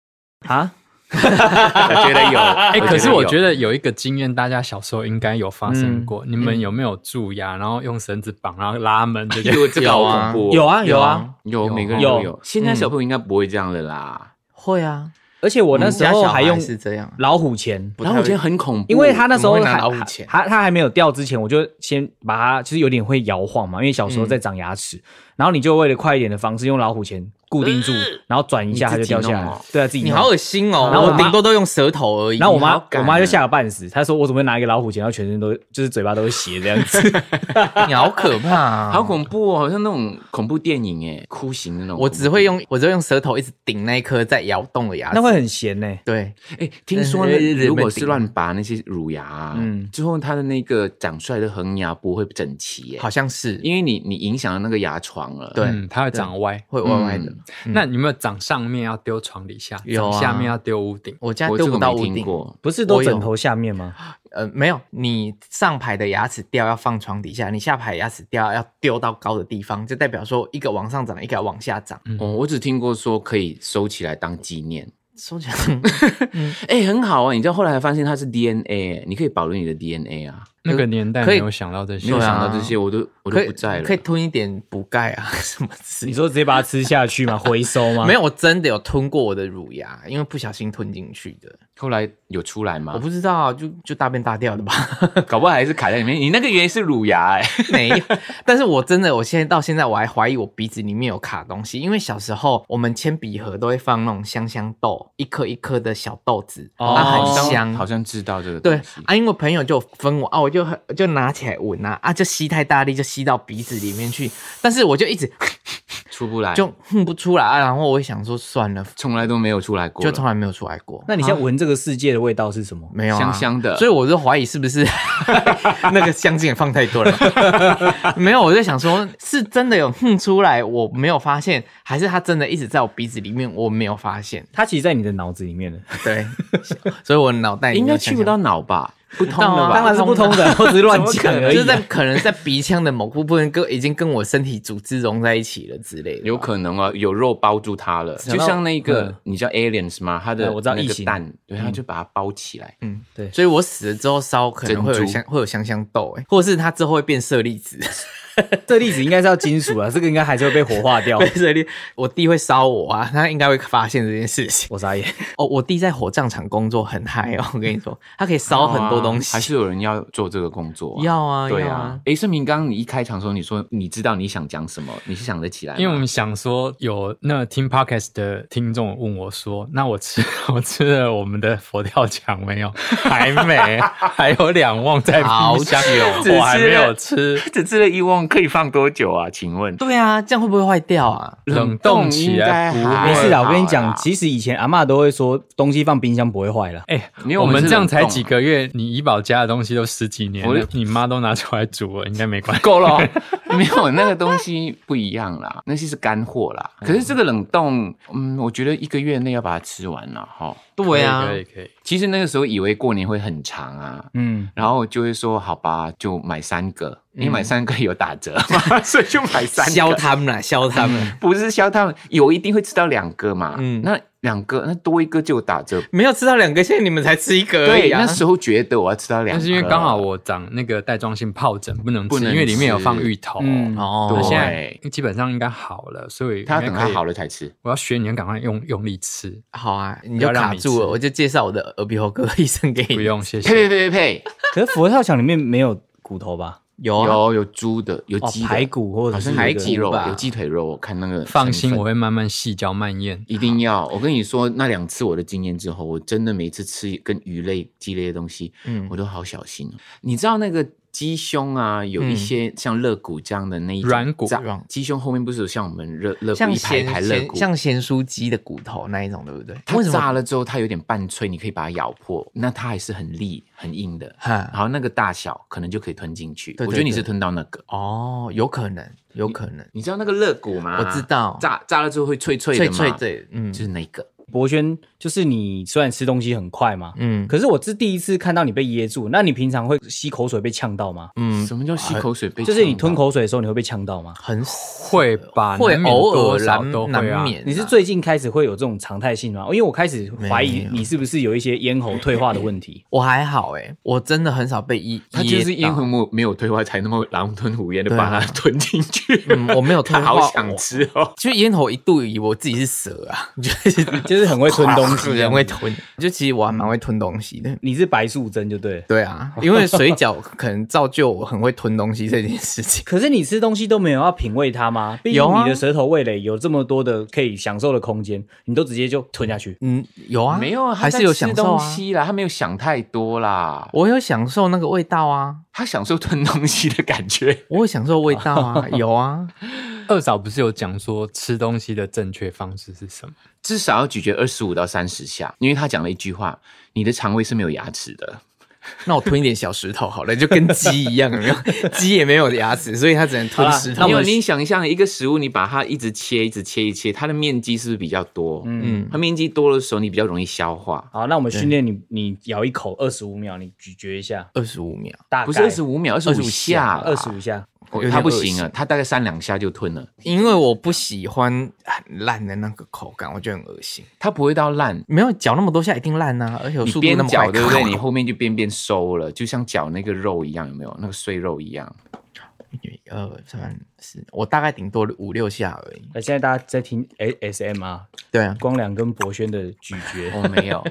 Speaker 4: 啊。
Speaker 2: 我觉得有，哎
Speaker 1: 哎，可是我觉
Speaker 2: 得
Speaker 1: 得有一个经验，大家小时候应该有发生过。
Speaker 2: 嗯
Speaker 1: 你们有没有蛀牙，然后用绳子绑，然后拉门这些？
Speaker 2: 有这个好
Speaker 3: 有啊
Speaker 2: 恐怖哦，
Speaker 4: 有啊有
Speaker 3: 有
Speaker 4: 啊
Speaker 3: 啊，
Speaker 2: 有
Speaker 1: 有
Speaker 2: 每个人都有
Speaker 4: 有。
Speaker 2: 现在小朋友应该不会这样的啦。
Speaker 3: 会啊。
Speaker 4: 而且我那时候还
Speaker 3: 我
Speaker 4: 用
Speaker 3: 们家小孩是这样，
Speaker 2: 啊
Speaker 4: 老虎钳，
Speaker 2: 然后我觉得很恐怖，
Speaker 4: 因为他那时候
Speaker 3: 怎么会拿
Speaker 4: 还
Speaker 3: 老虎钳
Speaker 4: 他他还没有掉之前，我就先把它就是有点会摇晃嘛，因为小时候在长牙齿，然后你就为了快一点的方式用老虎钳固定住，然后转一下
Speaker 1: 你
Speaker 4: 它
Speaker 1: 自
Speaker 4: 就
Speaker 1: 己
Speaker 4: 掉下
Speaker 1: 弄
Speaker 4: 来
Speaker 1: 哦。
Speaker 4: 对啊，自己
Speaker 3: 你
Speaker 4: 弄
Speaker 3: 好恶心哦！
Speaker 4: 然后我
Speaker 3: 我
Speaker 4: 妈
Speaker 3: 顶多都用舌头而已。
Speaker 4: 然后我妈
Speaker 1: 你好，敢
Speaker 4: 我妈就吓个半死，她说我怎么会拿一个老虎钳，然后全身都就是嘴巴都是血这样子。
Speaker 3: 你好可怕啊！
Speaker 2: 好恐怖哦，好像那种恐怖电影哎，哭型的那种恐怖
Speaker 3: 我
Speaker 2: 电影。
Speaker 3: 只会用，我只会用舌头一直顶那一颗在摇动的牙齿。
Speaker 4: 那会很咸呢、
Speaker 3: 对，
Speaker 2: 哎，听说
Speaker 3: 呃日
Speaker 2: 那
Speaker 3: 本
Speaker 2: 如果是
Speaker 3: 顶
Speaker 2: 乱拔那些乳牙啊，
Speaker 4: 嗯
Speaker 2: 之后它的那个长出来的恒牙不会整齐耶
Speaker 3: 好，像是
Speaker 2: 因为你你影响了那个牙床了。
Speaker 3: 对
Speaker 1: 嗯，它会长歪。
Speaker 3: 会歪歪
Speaker 2: 嗯
Speaker 3: 的。
Speaker 1: 那你有没有长上面要丢床底下，
Speaker 3: 有
Speaker 1: 长
Speaker 3: 啊
Speaker 1: 下面要丢屋顶？
Speaker 3: 我家
Speaker 2: 我
Speaker 3: 丢
Speaker 2: 这
Speaker 3: 嗯不
Speaker 2: 个
Speaker 3: 到
Speaker 2: 没
Speaker 3: 屋
Speaker 2: 听
Speaker 3: 顶，
Speaker 2: 过。
Speaker 4: 不是都
Speaker 3: 我有
Speaker 4: 枕头下面吗？
Speaker 3: 呃，没有，你上排的牙齿掉要放床底下，你下排牙齿掉要丢到高的地方，就代表说一个往上涨，一个往下涨。
Speaker 2: 哦，我只听过说可以收起来当纪
Speaker 3: 嗯
Speaker 2: 念，
Speaker 3: 说起来，
Speaker 2: 哎、很好啊！你知道后来还发现它是 DNA，耶你可以保留你的 DNA 啊。
Speaker 1: 那个年代
Speaker 3: 可以
Speaker 1: 没有想到这
Speaker 2: 没
Speaker 1: 些
Speaker 2: 有
Speaker 3: 对啊，
Speaker 2: 想到这些，我都我都
Speaker 3: 可以
Speaker 2: 不在了。
Speaker 3: 可以吞一点补钙啊 什么之类
Speaker 4: 你
Speaker 3: 的。
Speaker 4: 说直接把它吃下去吗？回收吗？
Speaker 3: 没，有，我真的有吞过我的乳牙，因为不小心吞进去的。
Speaker 2: 后来有出来
Speaker 3: 我
Speaker 2: 吗？
Speaker 3: 不知道啊，就就大便大掉的吧？
Speaker 2: 搞不好还是卡在里面。你那个原来是乳牙哎、
Speaker 3: 没有，但是我真的，我现在到现在我还怀疑我鼻子里面有卡东西，因为小时候我们铅笔盒都会放那种香香豆，一颗一颗的小豆子，
Speaker 4: 哦
Speaker 3: 啊，
Speaker 2: 好像
Speaker 3: 很香，
Speaker 2: 好像知道这个
Speaker 3: 对
Speaker 2: 东西。
Speaker 3: 啊，因为朋友就分我啊，我就很就拿起来闻啊，啊，就吸太大力，就吸到鼻子里面去，但是我就一直
Speaker 2: 哎出不来，
Speaker 3: 就哼不出来啊，然后我也想说算了，
Speaker 2: 从来都没有出来过了，
Speaker 3: 就从来没有出来过，
Speaker 4: 那你现在闻这个世界的味道是什么？
Speaker 3: 没有、啊、
Speaker 2: 香香的
Speaker 3: 所以我就怀疑是不是 那个香精也放太多了， 没有，我就想说是真的有哼出来，我没有发现，还是它真的一直在我鼻子里面，我没有发现，
Speaker 4: 它其实，在你的脑子里面的，
Speaker 3: 对， 所以我脑袋里
Speaker 2: 应
Speaker 3: 面
Speaker 2: 该
Speaker 3: 有
Speaker 2: 去
Speaker 3: 香
Speaker 2: 不
Speaker 3: 香
Speaker 2: 到脑吧？不通的
Speaker 3: 啊
Speaker 2: 吧？
Speaker 4: 当然是不通 的，我只是乱讲而已啊。
Speaker 3: 就是在可能在鼻腔的某部分跟已经跟我身体组织融在一起了之类的，
Speaker 2: 有可能啊，有肉包住它了，
Speaker 4: 想
Speaker 2: 就
Speaker 4: 到
Speaker 2: 像那个
Speaker 4: 嗯
Speaker 2: 你知道 aliens 吗？它的
Speaker 4: 嗯我知道
Speaker 2: 那
Speaker 4: 异
Speaker 2: 个
Speaker 4: 形
Speaker 2: 蛋，对，它就把它包起来。
Speaker 3: 嗯，
Speaker 4: 对
Speaker 3: 所以我死了之后烧可能会有
Speaker 2: 珍珠
Speaker 3: 香会有香香豆、欸，或者是它之后会变舍利子，
Speaker 4: 这例子应该是要金属啊，这个应该还是会被火化掉
Speaker 3: 变。舍利，我弟会烧我啊，他应该会发现这件事情。
Speaker 4: 我傻 眼，
Speaker 3: 哦，我弟在火葬场工作很嗨哦，我跟你说，他可以烧很多东
Speaker 2: 哦
Speaker 3: 西，
Speaker 2: 还是有人要做这个工作、啊？
Speaker 3: 要啊
Speaker 2: 对
Speaker 3: 要
Speaker 2: 啊
Speaker 3: 啊。
Speaker 2: 哎，盛明，刚刚你一开场的时候，你说你知道你想讲什么，你是想得起来吗？
Speaker 1: 因为我们想说，有那听 podcast 的听众问我说：“那我吃 我吃了我们的佛跳墙没有？ 还没，还有两瓮在
Speaker 3: 好
Speaker 1: 冰箱，
Speaker 2: 久
Speaker 1: 我还没有吃。
Speaker 2: 只吃了一瓮，可以放多久啊？请问
Speaker 3: 对啊，这样会不会坏掉啊？
Speaker 1: 冷冻起来不
Speaker 2: 冷冻应该
Speaker 1: 会
Speaker 2: 还
Speaker 4: 没事
Speaker 2: 的
Speaker 4: 啦，我跟你
Speaker 2: 好啦
Speaker 4: 讲，其实以前阿嬷都会说，东西放冰箱不会坏啦。
Speaker 1: 哎、
Speaker 2: 因为
Speaker 1: 我
Speaker 2: 我们
Speaker 1: 们
Speaker 2: 是
Speaker 1: 这样才
Speaker 2: 冷冻啊
Speaker 1: 几个月，你怡宝家的东西都十几年
Speaker 2: 我
Speaker 1: 了，你妈都拿出来煮了，应该没关系。
Speaker 2: 够了哦？没有那个东西不一样啦， 那些是干货啦。可是这个冷冻，嗯，我觉得一个月内要把它吃完了哈。
Speaker 3: 对啊，
Speaker 1: 可以可以可以。
Speaker 2: 其实那个时候以为过年会很长啊，
Speaker 4: 嗯，
Speaker 2: 然后就会说好吧，就买三个，因为买三个有打折嘛，所以就买三个。嗯
Speaker 3: 消他们啦，消他们。
Speaker 2: 不是消他们，有一定会吃到两个嘛。
Speaker 3: 嗯
Speaker 2: 嗯，那两个那多一个就有打折。
Speaker 3: 没有吃到两个，现在你们才吃一个而
Speaker 2: 对，
Speaker 3: 已啊
Speaker 2: 那！时候觉得我要吃到两
Speaker 1: 但
Speaker 2: 个，
Speaker 1: 是因为刚好我长那个带状性疱疹，不能吃，
Speaker 2: 不能
Speaker 1: 因为里面有放
Speaker 2: 吃
Speaker 1: 芋头。
Speaker 4: 嗯
Speaker 1: 那
Speaker 3: 哦
Speaker 2: 对
Speaker 1: 现在基本上应该好了，所以
Speaker 2: 他要等
Speaker 1: 应该
Speaker 2: 它
Speaker 1: 可以
Speaker 2: 好了才吃。
Speaker 1: 我要学你，要赶快用用力吃。
Speaker 3: 好啊，你
Speaker 1: 不
Speaker 3: 就
Speaker 1: 要让
Speaker 3: 卡
Speaker 1: 你
Speaker 3: 住了，
Speaker 1: 吃
Speaker 3: 我就介绍我的耳鼻喉科医生给
Speaker 1: 不
Speaker 3: 你。
Speaker 1: 用，谢
Speaker 2: 呸呸
Speaker 1: 谢。
Speaker 2: 呸呸呸！
Speaker 4: 可是佛跳墙里面没有骨头吧？
Speaker 3: 有啊，
Speaker 2: 有有猪的，有
Speaker 4: 哦
Speaker 2: 鸡，的
Speaker 4: 排，骨或者
Speaker 2: 好
Speaker 4: 是
Speaker 2: 像
Speaker 4: 有一
Speaker 2: 有
Speaker 4: 个
Speaker 2: 鸡肉
Speaker 3: 吧，
Speaker 2: 有鸡腿肉。我看那个
Speaker 1: 放心，
Speaker 2: 成
Speaker 1: 我
Speaker 2: 分
Speaker 1: 会慢慢细嚼慢咽。
Speaker 2: 一定要。我跟你说，那两次我的经验之后，我真的每次吃跟鱼类、鸡类的东西，
Speaker 3: 嗯
Speaker 2: 我都好小心哦。你知道那个鸡胸啊，有
Speaker 3: 嗯
Speaker 2: 一些像肋骨这样的那一种
Speaker 1: 软骨
Speaker 2: 这样鸡胸后面不是有像我们肋肋骨
Speaker 3: 像
Speaker 2: 一排一排
Speaker 3: 咸
Speaker 2: 肋
Speaker 3: 咸
Speaker 2: 骨，
Speaker 3: 像咸酥鸡的骨头那一种，对不对？
Speaker 2: 它
Speaker 3: 为什么？
Speaker 2: 炸了之后，它有点半脆，你可以把它咬破，那它还是很利、很硬的。
Speaker 3: 哈
Speaker 2: 然后那个大小可能就可以吞进去。
Speaker 3: 对对
Speaker 2: 我觉得你
Speaker 3: 对
Speaker 2: 是吞到那个，
Speaker 3: 哦，有可能，有可能，
Speaker 2: 你知道那个肋骨吗？
Speaker 3: 我知道，
Speaker 2: 炸炸了之后会脆脆的
Speaker 3: 脆
Speaker 2: 嘛，
Speaker 3: 脆的，嗯
Speaker 2: 就是那个。
Speaker 4: 博轩，就是你虽然吃东西很快嘛，
Speaker 3: 嗯
Speaker 4: 可是我是第一次看到你被噎住。那你平常会吸口水被呛到吗？
Speaker 3: 嗯，
Speaker 2: 什么叫吸口水被呛到？
Speaker 4: 就是你吞口水的时候，你会被呛到吗？
Speaker 3: 很
Speaker 1: 会吧？
Speaker 3: 会
Speaker 1: 难免
Speaker 3: 偶
Speaker 1: 多
Speaker 3: 尔
Speaker 1: 少都
Speaker 3: 难
Speaker 1: 会啊
Speaker 3: 难。免啊，
Speaker 4: 你是最近开始会有这种常态性吗？因为我开始怀
Speaker 3: 没
Speaker 4: 疑
Speaker 3: 有
Speaker 4: 你是不是有一些咽喉退化的问题。
Speaker 3: 我还好哎，我真的很少被噎，
Speaker 2: 它就是
Speaker 3: 噎
Speaker 2: 咽
Speaker 3: 到
Speaker 2: 喉没有没有退化，才那么狼吞虎咽的
Speaker 3: 对啊
Speaker 2: 把它 吞进去。
Speaker 3: 嗯我没有退化
Speaker 2: 好想吃哦。
Speaker 3: 其实咽喉一度以为我自己是蛇啊，就是
Speaker 4: 就就是很会吞东西，
Speaker 3: 人会。 吞，就其实我还蛮会吞东西的。
Speaker 4: 你是白素贞就对了。
Speaker 3: 对 啊，因为水饺可能造就我很会吞东西这件事情。
Speaker 4: 可是你吃东西都没有要品味它吗？毕
Speaker 3: 有
Speaker 4: 竟
Speaker 3: 啊
Speaker 4: 你的舌头味蕾有这么多的可以享受的空间，你都直接就吞下去。
Speaker 3: 嗯，有啊，
Speaker 2: 没有啊，
Speaker 3: 还是
Speaker 2: 他在
Speaker 3: 有
Speaker 2: 吃
Speaker 3: 享受
Speaker 2: 东
Speaker 3: 啊。
Speaker 2: 西啦，他没有想太多啦，
Speaker 3: 我有享受那个味道啊，
Speaker 2: 他享受吞东西的感觉。
Speaker 3: 我有享受味道 啊，有啊，
Speaker 1: 二嫂不是有讲说吃东西的正确方式是什么？
Speaker 2: 至少要咀嚼二十五到三十下，因为他讲了一句话：你的肠胃是没有牙齿的。
Speaker 3: 那我吞一点小石头好了，就跟鸡一样，有没有？鸡也没有牙齿，所以它只能吞
Speaker 4: 好啦
Speaker 3: 石头
Speaker 4: 那我
Speaker 2: 因为
Speaker 4: 们
Speaker 2: 你想象一个食物，你把它一直切、一直切、一直切，它的面积是不是比较多？嗯，它面积多的时候，你比较容易消化。
Speaker 4: 好，那我们训练你，你咬一口二十五秒，你咀嚼一下，
Speaker 3: 二十五秒，
Speaker 4: 大概
Speaker 2: 不是二十五秒，二十五下，
Speaker 4: 二十五。下。
Speaker 3: 有点
Speaker 2: 哦他不
Speaker 3: 恶
Speaker 2: 行
Speaker 3: 心
Speaker 2: 啊，他大概三两下就吞了，
Speaker 3: 因为我不喜欢很烂的那个口感，我觉得很恶心。
Speaker 2: 他不会到烂。
Speaker 3: 没有嚼那么多下一定烂啊，而且我
Speaker 2: 你
Speaker 3: 速度
Speaker 2: 边
Speaker 3: 那么快，
Speaker 2: 嚼对不对？你后面就边边收了，就像嚼那个肉一样，有没有？那个碎肉一样。
Speaker 3: 一二三四，我大概顶多五六下而已。
Speaker 4: 那现在大家在听 ASM r
Speaker 3: 对啊，
Speaker 4: 光良跟博轩的咀嚼。
Speaker 2: 我哦 没有，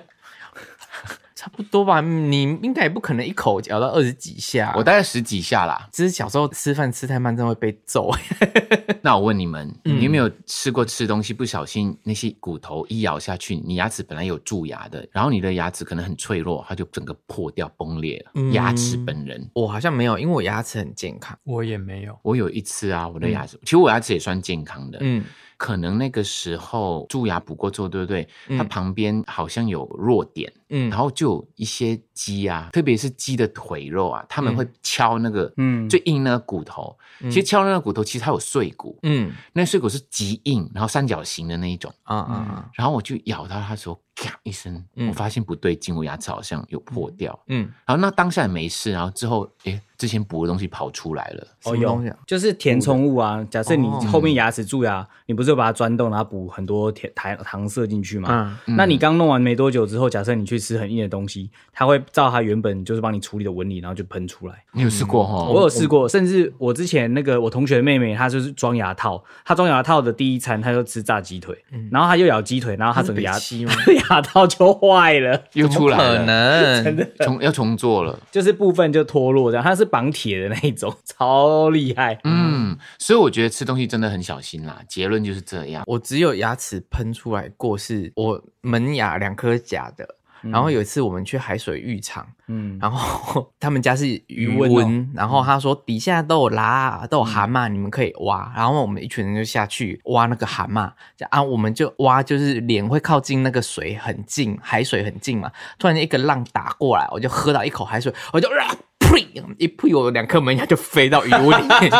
Speaker 3: 差不多吧。你应该也不可能一口嚼到二十几下。
Speaker 2: 我大概十几下 啦。
Speaker 3: 只是小时候吃饭吃太慢，真的会被揍。
Speaker 2: 那我问你们，
Speaker 3: 嗯
Speaker 2: 你有没有吃过吃东西不小心那些骨头一咬下去，你牙齿本来有蛀牙的，然后你的牙齿可能很脆弱，它就整个破掉崩裂了。
Speaker 3: 嗯
Speaker 2: 牙齿本人，
Speaker 3: 我好像没有，因为我牙齿很健康。
Speaker 1: 我也没有。
Speaker 2: 我有一次啊，我的牙齿，其实我牙齿也算健康的，
Speaker 3: 嗯，
Speaker 2: 可能那个时候蛀牙补过咒，对不对？
Speaker 3: 嗯
Speaker 2: 它旁边好像有弱点，
Speaker 3: 嗯
Speaker 2: 然后就有一些鸡啊，特别是鸡的腿肉啊，他们
Speaker 3: 嗯
Speaker 2: 会敲那个
Speaker 4: 嗯
Speaker 2: 最硬那个骨头。其实敲那个骨头，其实它有碎骨，
Speaker 3: 嗯
Speaker 2: 那碎骨是极硬，然后三角形的那一种。
Speaker 3: 啊啊啊
Speaker 2: 然后我就咬到它的时候，咔一声，
Speaker 3: 嗯
Speaker 2: 我发现不对劲，我牙齿好像有破掉。
Speaker 3: 嗯，
Speaker 2: 然后那当下也没事，然后之后，诶，之前补的东西跑出来了。
Speaker 3: 什么东西啊
Speaker 4: 哦就是填充物啊。假设你
Speaker 3: 哦
Speaker 4: 后面牙齿蛀牙，你不是有把它钻洞，然后补很多甜糖糖色进去
Speaker 3: 啊
Speaker 4: 嘛？
Speaker 2: 嗯
Speaker 4: 那你刚弄完没多久之后，假设你去吃很硬的东西，它会照它原本就是帮你处理的纹理，然后就喷出来。
Speaker 2: 你有试
Speaker 3: 嗯
Speaker 2: 过
Speaker 3: 哦
Speaker 2: 哈？
Speaker 4: 我有试过，甚至我之前那个我同学的妹妹，她就是装牙套，她装牙套的第一餐，她就吃炸鸡腿，然后她又咬鸡腿，然后她整个牙
Speaker 3: 嗯她是北七吗
Speaker 4: 牙套就坏了。
Speaker 2: 又出来
Speaker 3: 可
Speaker 2: 了，
Speaker 3: 能呃
Speaker 2: 重要重做了。
Speaker 4: 就是部分就脱落，这样它是绑铁的那一种， 超厉害。
Speaker 2: 嗯，所以我觉得吃东西真的很小心啦。结论就是这 样。
Speaker 3: 我只有牙齿喷出来过，是我门牙两颗假的。
Speaker 2: 嗯
Speaker 3: 然后有一次我们去海水浴场，
Speaker 4: 嗯，
Speaker 3: 然后他们家是鱼
Speaker 4: 温
Speaker 3: 温，
Speaker 4: 哦
Speaker 3: 然后他说底下都有啦，都有蛤蟆，你们可以挖。然后我们一群人就下去挖那个蛤蟆，啊，我们就挖，就是脸会靠近那个水很近，海水很近嘛。突然间一个浪打过来，我就喝到一口海水，我就啊呸，一呸，我两颗门牙就飞到鱼窝里面 去，
Speaker 2: 等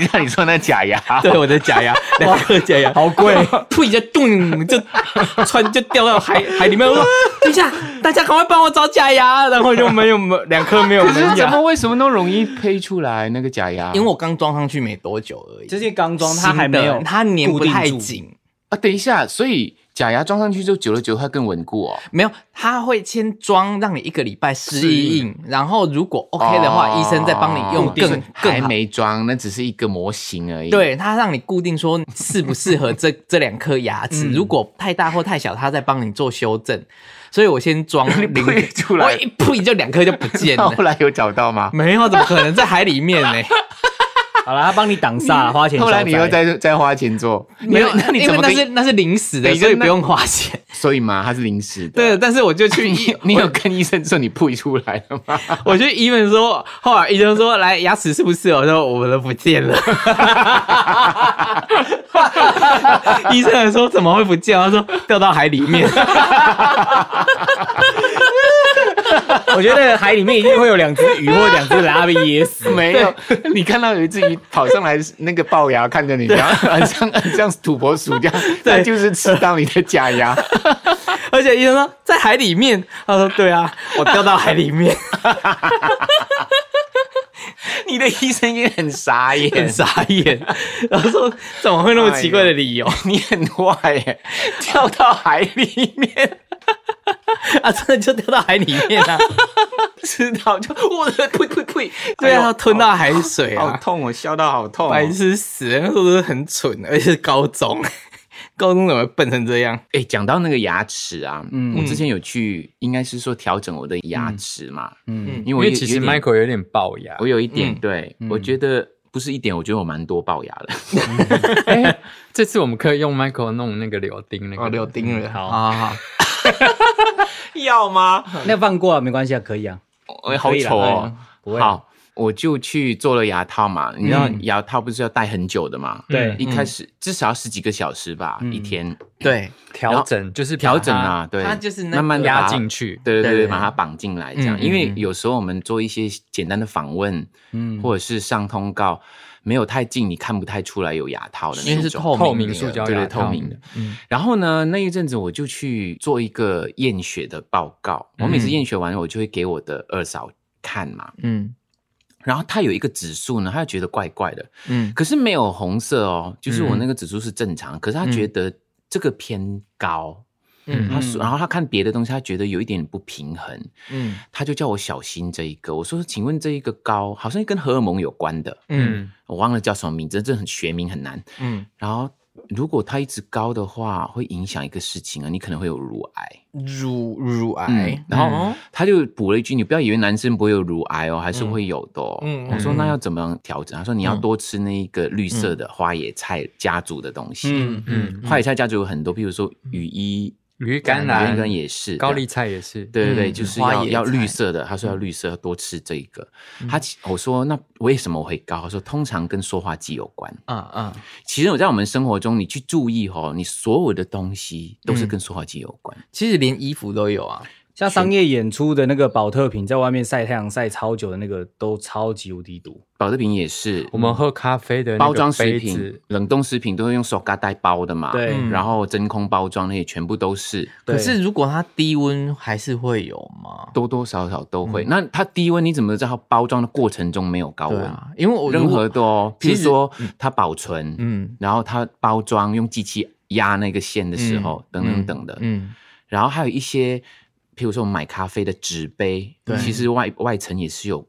Speaker 2: 一下，你说那假 牙，
Speaker 3: 对，我的假牙，两颗假牙，
Speaker 4: 好贵，
Speaker 3: 呸，就咚，就船就掉到海海里面。我说等一下，大家赶快帮我找假牙，然后就没有门两颗没有
Speaker 2: 可是
Speaker 3: 门
Speaker 2: 怎
Speaker 3: 牙。
Speaker 2: 么为什么那么容易呸出来那个假牙？
Speaker 3: 因为我刚装上去没多久而已，
Speaker 4: 这些钢装它还没
Speaker 3: 新
Speaker 4: 有
Speaker 3: 的，它粘
Speaker 4: 固
Speaker 3: 不
Speaker 4: 定
Speaker 3: 太
Speaker 4: 住。
Speaker 3: 紧，
Speaker 2: 啊，等一下，所以假牙装上去之后，久了久了它更稳固哦。
Speaker 3: 没有，它会先装让你一个礼拜适应，然后如果 OK
Speaker 2: 哦
Speaker 3: 的话，医生再帮你用更
Speaker 2: 还
Speaker 3: 更好。
Speaker 2: 没装，那只是一个模型而已。，
Speaker 3: 对，它让你固定说适不适合这这两颗牙齿，如果太大或太小，它再帮你做修正。所以我先 装零
Speaker 2: 呸出来
Speaker 3: 我一呸就两颗就不见
Speaker 2: 后
Speaker 3: 了。
Speaker 2: 来有找到吗？
Speaker 3: 没有，怎么可能在海里面呢？
Speaker 4: 好了，它帮你挡煞，花钱消
Speaker 2: 后
Speaker 4: 灾。
Speaker 2: 来你又再再花钱做，
Speaker 3: 没有，
Speaker 2: 那你
Speaker 3: 因
Speaker 2: 怎
Speaker 3: 为
Speaker 2: 么
Speaker 3: 那
Speaker 2: 跟
Speaker 3: 是那是临时的，
Speaker 2: 等一下
Speaker 3: 所以
Speaker 2: 那
Speaker 3: 不用花钱。
Speaker 2: 所以嘛，它是临时的。
Speaker 3: 对，但是我就去医
Speaker 2: 你，你有跟医生说你呸出来了吗？
Speaker 3: 我去医院说，后来医生说来牙齿是不是？我说我的不见了。 医生还说怎么会不见？他说掉到海里面。
Speaker 4: 我觉得海里面一定会有两只鱼或两只狼被噎 死。
Speaker 2: 没有，你看到有一只鱼跑上来，那个龅牙看着你，然后很像很像土拨鼠这样， 它就是吃到你的假牙。
Speaker 3: 而且医生说在海里面，他说对啊，我掉到海里面，
Speaker 2: 你的医生也很傻
Speaker 3: 很
Speaker 2: 眼，
Speaker 3: 傻眼。然后说怎么会那么奇怪的理由、
Speaker 2: 你很坏耶，跳到海里面，
Speaker 3: 啊？真的就掉到海里面啊？
Speaker 2: 吃到就我的呸呸呸，
Speaker 3: 对
Speaker 2: 哎
Speaker 3: 啊，
Speaker 2: 呦
Speaker 3: 吞到海水
Speaker 2: 好
Speaker 3: 啊！
Speaker 2: 痛哦，笑到好痛哦、
Speaker 3: 白痴死了，那时候真的很蠢，而且是高中。高中怎么会笨成这样？
Speaker 5: 哎，讲到那个牙齿啊，
Speaker 1: 嗯
Speaker 5: 我之前有去，应该是说调整我的牙齿嘛，
Speaker 1: 嗯，
Speaker 5: 因
Speaker 1: 因
Speaker 5: 为我有
Speaker 1: 为其实
Speaker 5: 有点
Speaker 1: Michael 有点龅牙
Speaker 5: 我，有一点，
Speaker 3: 嗯
Speaker 5: 对、
Speaker 1: 嗯
Speaker 5: 我觉得不是一点，我觉得我蛮多龅牙的。
Speaker 1: 哎， 这次我们可以用 Michael 弄那个柳丁那个
Speaker 3: 哦，柳丁
Speaker 2: 嗯
Speaker 3: 了，
Speaker 4: 好
Speaker 3: 好好，好 要 吗？
Speaker 4: 那放过啊，没关系啊，可以啊，
Speaker 5: 哎，好
Speaker 4: 可以啦
Speaker 5: 丑哦！
Speaker 4: 不会啊，
Speaker 5: 好，我就去做了牙套嘛。你知道牙套不是要戴很久的嘛？
Speaker 4: 对
Speaker 5: 一开始至少要十几个小时吧，一天
Speaker 3: 对，
Speaker 1: 调整，就是把
Speaker 5: 调整
Speaker 1: 它
Speaker 5: 啊，对，
Speaker 3: 它就是那个
Speaker 5: 慢慢地把
Speaker 1: 压
Speaker 5: 它
Speaker 1: 进去。
Speaker 5: 对对
Speaker 3: 对
Speaker 5: 对，
Speaker 3: 对
Speaker 5: 把它绑进来这样，
Speaker 3: 嗯
Speaker 5: 因为有时候我们做一些简单的访问，嗯，或者是上通告，没有太近，你看不太出来有牙套的那种，
Speaker 3: 因为是透
Speaker 1: 透
Speaker 3: 明
Speaker 1: 明
Speaker 3: 的
Speaker 1: 塑胶
Speaker 5: 对对，
Speaker 1: 牙套
Speaker 5: 透明的。
Speaker 3: 嗯
Speaker 5: 然后呢，那一阵子我就去做一个验血的报告，我每次验血完，我就会给我的二嫂看嘛，
Speaker 3: 嗯
Speaker 5: 然后她有一个指数呢，她就觉得怪怪的，
Speaker 3: 嗯，
Speaker 5: 可是没有红色哦，就是我那个指数是正常，可是她觉得这个偏高。
Speaker 3: 嗯
Speaker 5: 嗯，他说，然后她看别的东西，她觉得有一点不平衡，
Speaker 3: 嗯
Speaker 5: 他就叫我小心这一个。我说，请问这一个高好像跟荷尔蒙有关的，
Speaker 3: 嗯
Speaker 5: 我忘了叫什么名字，这很学名很难。
Speaker 3: 嗯，
Speaker 5: 然后如果它一直高的话，会影响一个事情啊，你可能会有乳癌。
Speaker 3: 乳乳癌
Speaker 5: 嗯，，然后他就补了一句：“你不要以为男生不会有乳癌
Speaker 1: 嗯
Speaker 5: 哦，还是会有的、哦。
Speaker 3: 嗯嗯
Speaker 5: 我说：“那要怎么样调整？”他说：“你要多吃那个绿色的花野菜家族的东西。
Speaker 1: 嗯嗯，
Speaker 5: 花野菜家族有很多，比如说羽衣
Speaker 1: 鱼甘
Speaker 5: 鱼
Speaker 1: 蓝
Speaker 5: 干也是
Speaker 1: 高
Speaker 5: 这样
Speaker 1: 丽菜也是，
Speaker 5: 对对对，
Speaker 3: 嗯
Speaker 5: 就是
Speaker 3: 花
Speaker 5: 要
Speaker 3: 野
Speaker 5: 要
Speaker 3: 菜
Speaker 5: 绿色的。他
Speaker 1: 嗯
Speaker 5: 说要绿色，要多吃这一个。他其我说那为什么我会高？他说通常跟塑化剂有关。
Speaker 3: 嗯嗯
Speaker 5: 其实我在我们生活中，你去注意哦，你所有的东西都
Speaker 1: 嗯
Speaker 5: 是跟塑化剂有关。
Speaker 3: 其实连衣服都有啊，
Speaker 4: 像商业演出的那个保特瓶，在外面晒太阳晒超久的那个，都超级无敌毒。
Speaker 5: 保健品也是
Speaker 1: 我，们喝咖啡的那个
Speaker 5: 包装食
Speaker 1: 杯
Speaker 5: 品
Speaker 1: 子、
Speaker 5: 冷冻食品都会用塑胶袋包的嘛。
Speaker 4: 对
Speaker 5: 然后真空包装那些全部都是。
Speaker 4: 对
Speaker 3: 可是如果它低温还是会有嘛？
Speaker 5: 多多少少都会，嗯那它低温你怎么知道它包装的过程中没有高
Speaker 3: 对
Speaker 5: 温？
Speaker 3: 啊，因为我如
Speaker 5: 任
Speaker 3: 果
Speaker 5: 何的哦，
Speaker 3: 其
Speaker 5: 譬如
Speaker 3: 实
Speaker 5: 说它保存，
Speaker 3: 嗯
Speaker 5: 然后它包装用机器压那个线的时候，等等等的。
Speaker 3: 嗯
Speaker 5: 然后还有一些，譬如说我们买咖啡的纸杯
Speaker 3: 对，
Speaker 5: 其实外外层也是有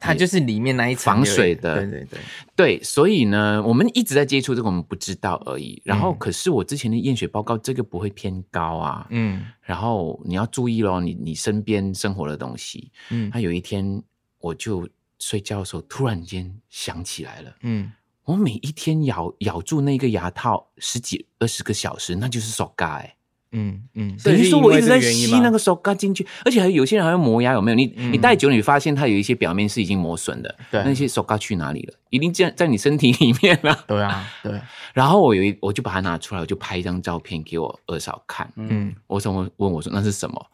Speaker 3: 它就是里面那一层
Speaker 5: 防
Speaker 3: 有一
Speaker 5: 水的
Speaker 3: 对对对，
Speaker 5: 对，所以呢，我们一直在接触这个，我们不知道而已。然
Speaker 4: 嗯
Speaker 5: 后，可是我之前的验血报告，这个不会偏高啊。
Speaker 3: 嗯
Speaker 5: 然后你要注意咯，你你身边生活的东西。
Speaker 3: 嗯
Speaker 5: 那有一天，我就睡觉的时候突然间想起来了。
Speaker 3: 嗯
Speaker 5: 我每一天咬咬住那个牙套十几二十个小时，那就是手嘎哎，
Speaker 3: 嗯嗯，
Speaker 4: 所
Speaker 5: 等
Speaker 4: 以
Speaker 5: 于
Speaker 4: 是
Speaker 5: 说
Speaker 4: 因
Speaker 5: 我
Speaker 4: 为
Speaker 5: 一直
Speaker 4: 这个
Speaker 5: 在
Speaker 4: 原因
Speaker 5: 吸
Speaker 4: 吗嗯
Speaker 5: 那个手嘎进去，而且还有有些人还要磨牙，有没有？你、你戴久了，你发现它有一些表面是已经磨损的，
Speaker 3: 对
Speaker 5: 那些手嘎去哪里了？一定在在你身体里面了、
Speaker 3: 对啊对，
Speaker 5: 然后我有一我就把它拿出来，我就拍一张照片给我二嫂看，
Speaker 3: 嗯
Speaker 5: 我怎么问我说那是什么？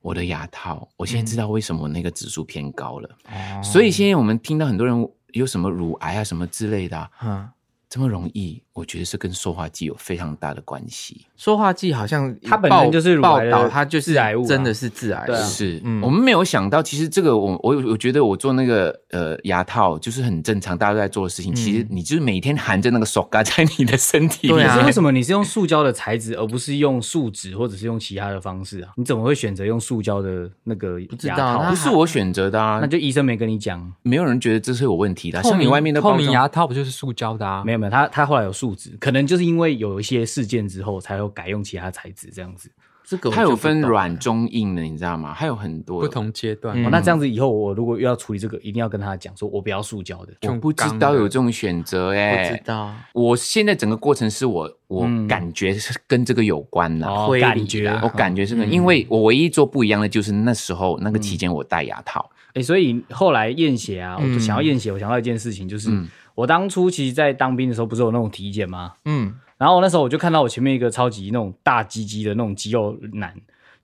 Speaker 5: 我的牙套，我现在
Speaker 3: 嗯
Speaker 5: 知道为什么我那个指数偏高了。
Speaker 3: 哦
Speaker 5: 所以现在我们听到很多人有什么乳癌啊什么之类的、啊，
Speaker 3: 嗯，
Speaker 5: 这么容易，我觉得是跟塑化剂有非常大的关系。
Speaker 3: 说话剂好像
Speaker 4: 它本
Speaker 3: 报
Speaker 4: 身就是乳
Speaker 3: 报
Speaker 4: 癌的
Speaker 3: 道，它就是
Speaker 4: 致癌物啊
Speaker 3: 真的是致癌物
Speaker 4: 对啊
Speaker 5: 是、
Speaker 3: 嗯
Speaker 5: 我们没有想到，其实这个我我我觉得我做那个呃牙套就是很正常，大家都在做的事情。其实你就是每天含着那个塑嘎在你的身体里
Speaker 3: 嗯对
Speaker 5: 面，
Speaker 3: 啊
Speaker 4: 可是为什么你是用塑胶的材质，而不是用树脂或者是用其他的方式啊？你怎么会选择用塑胶的那个
Speaker 3: 知
Speaker 4: 牙
Speaker 3: 道
Speaker 4: 套？
Speaker 3: 那
Speaker 5: 不是我选择的啊
Speaker 4: 那，就医生没跟你讲，
Speaker 5: 没有人觉得这是有问题的啊、
Speaker 1: 透
Speaker 5: 像你
Speaker 1: 明
Speaker 5: 外面的
Speaker 1: 透
Speaker 5: 包
Speaker 1: 明
Speaker 5: 装
Speaker 1: 牙套不就是塑胶的啊？
Speaker 4: 没有没有，他他后来有树脂，可能就是因为有一些事件之后，才有改用其他材质这样子。哦
Speaker 3: 这个我
Speaker 5: 它
Speaker 3: 就
Speaker 5: 有
Speaker 3: 不
Speaker 5: 分
Speaker 3: 懂
Speaker 5: 软中硬的，你知道吗？还有很多
Speaker 1: 不。同阶段啊
Speaker 3: 嗯
Speaker 4: 哦，那这样子以后我如果又要处理这个，一定要跟他讲，说我不要塑胶的。
Speaker 5: 我
Speaker 1: 用
Speaker 5: 不知
Speaker 1: 钢
Speaker 5: 道
Speaker 1: 的
Speaker 5: 有这种选择哎、
Speaker 3: 不知道，
Speaker 5: 我现在整个过程是我我
Speaker 4: 嗯
Speaker 5: 感觉是跟这个有关啦，
Speaker 4: 哦
Speaker 3: 推理啦
Speaker 4: 感觉
Speaker 5: 我感觉是跟，因为我唯一做不一样的就是那时候那个期间我戴牙套，
Speaker 4: 哎、所以后来验血啊，我
Speaker 3: 嗯
Speaker 4: 就想要验血，我想到一件事情，就是、我当初其实，在当兵的时候，不是有那种体检吗？
Speaker 3: 嗯，
Speaker 4: 然后那时候我就看到我前面一个超级那种大鸡鸡的那种肌肉男，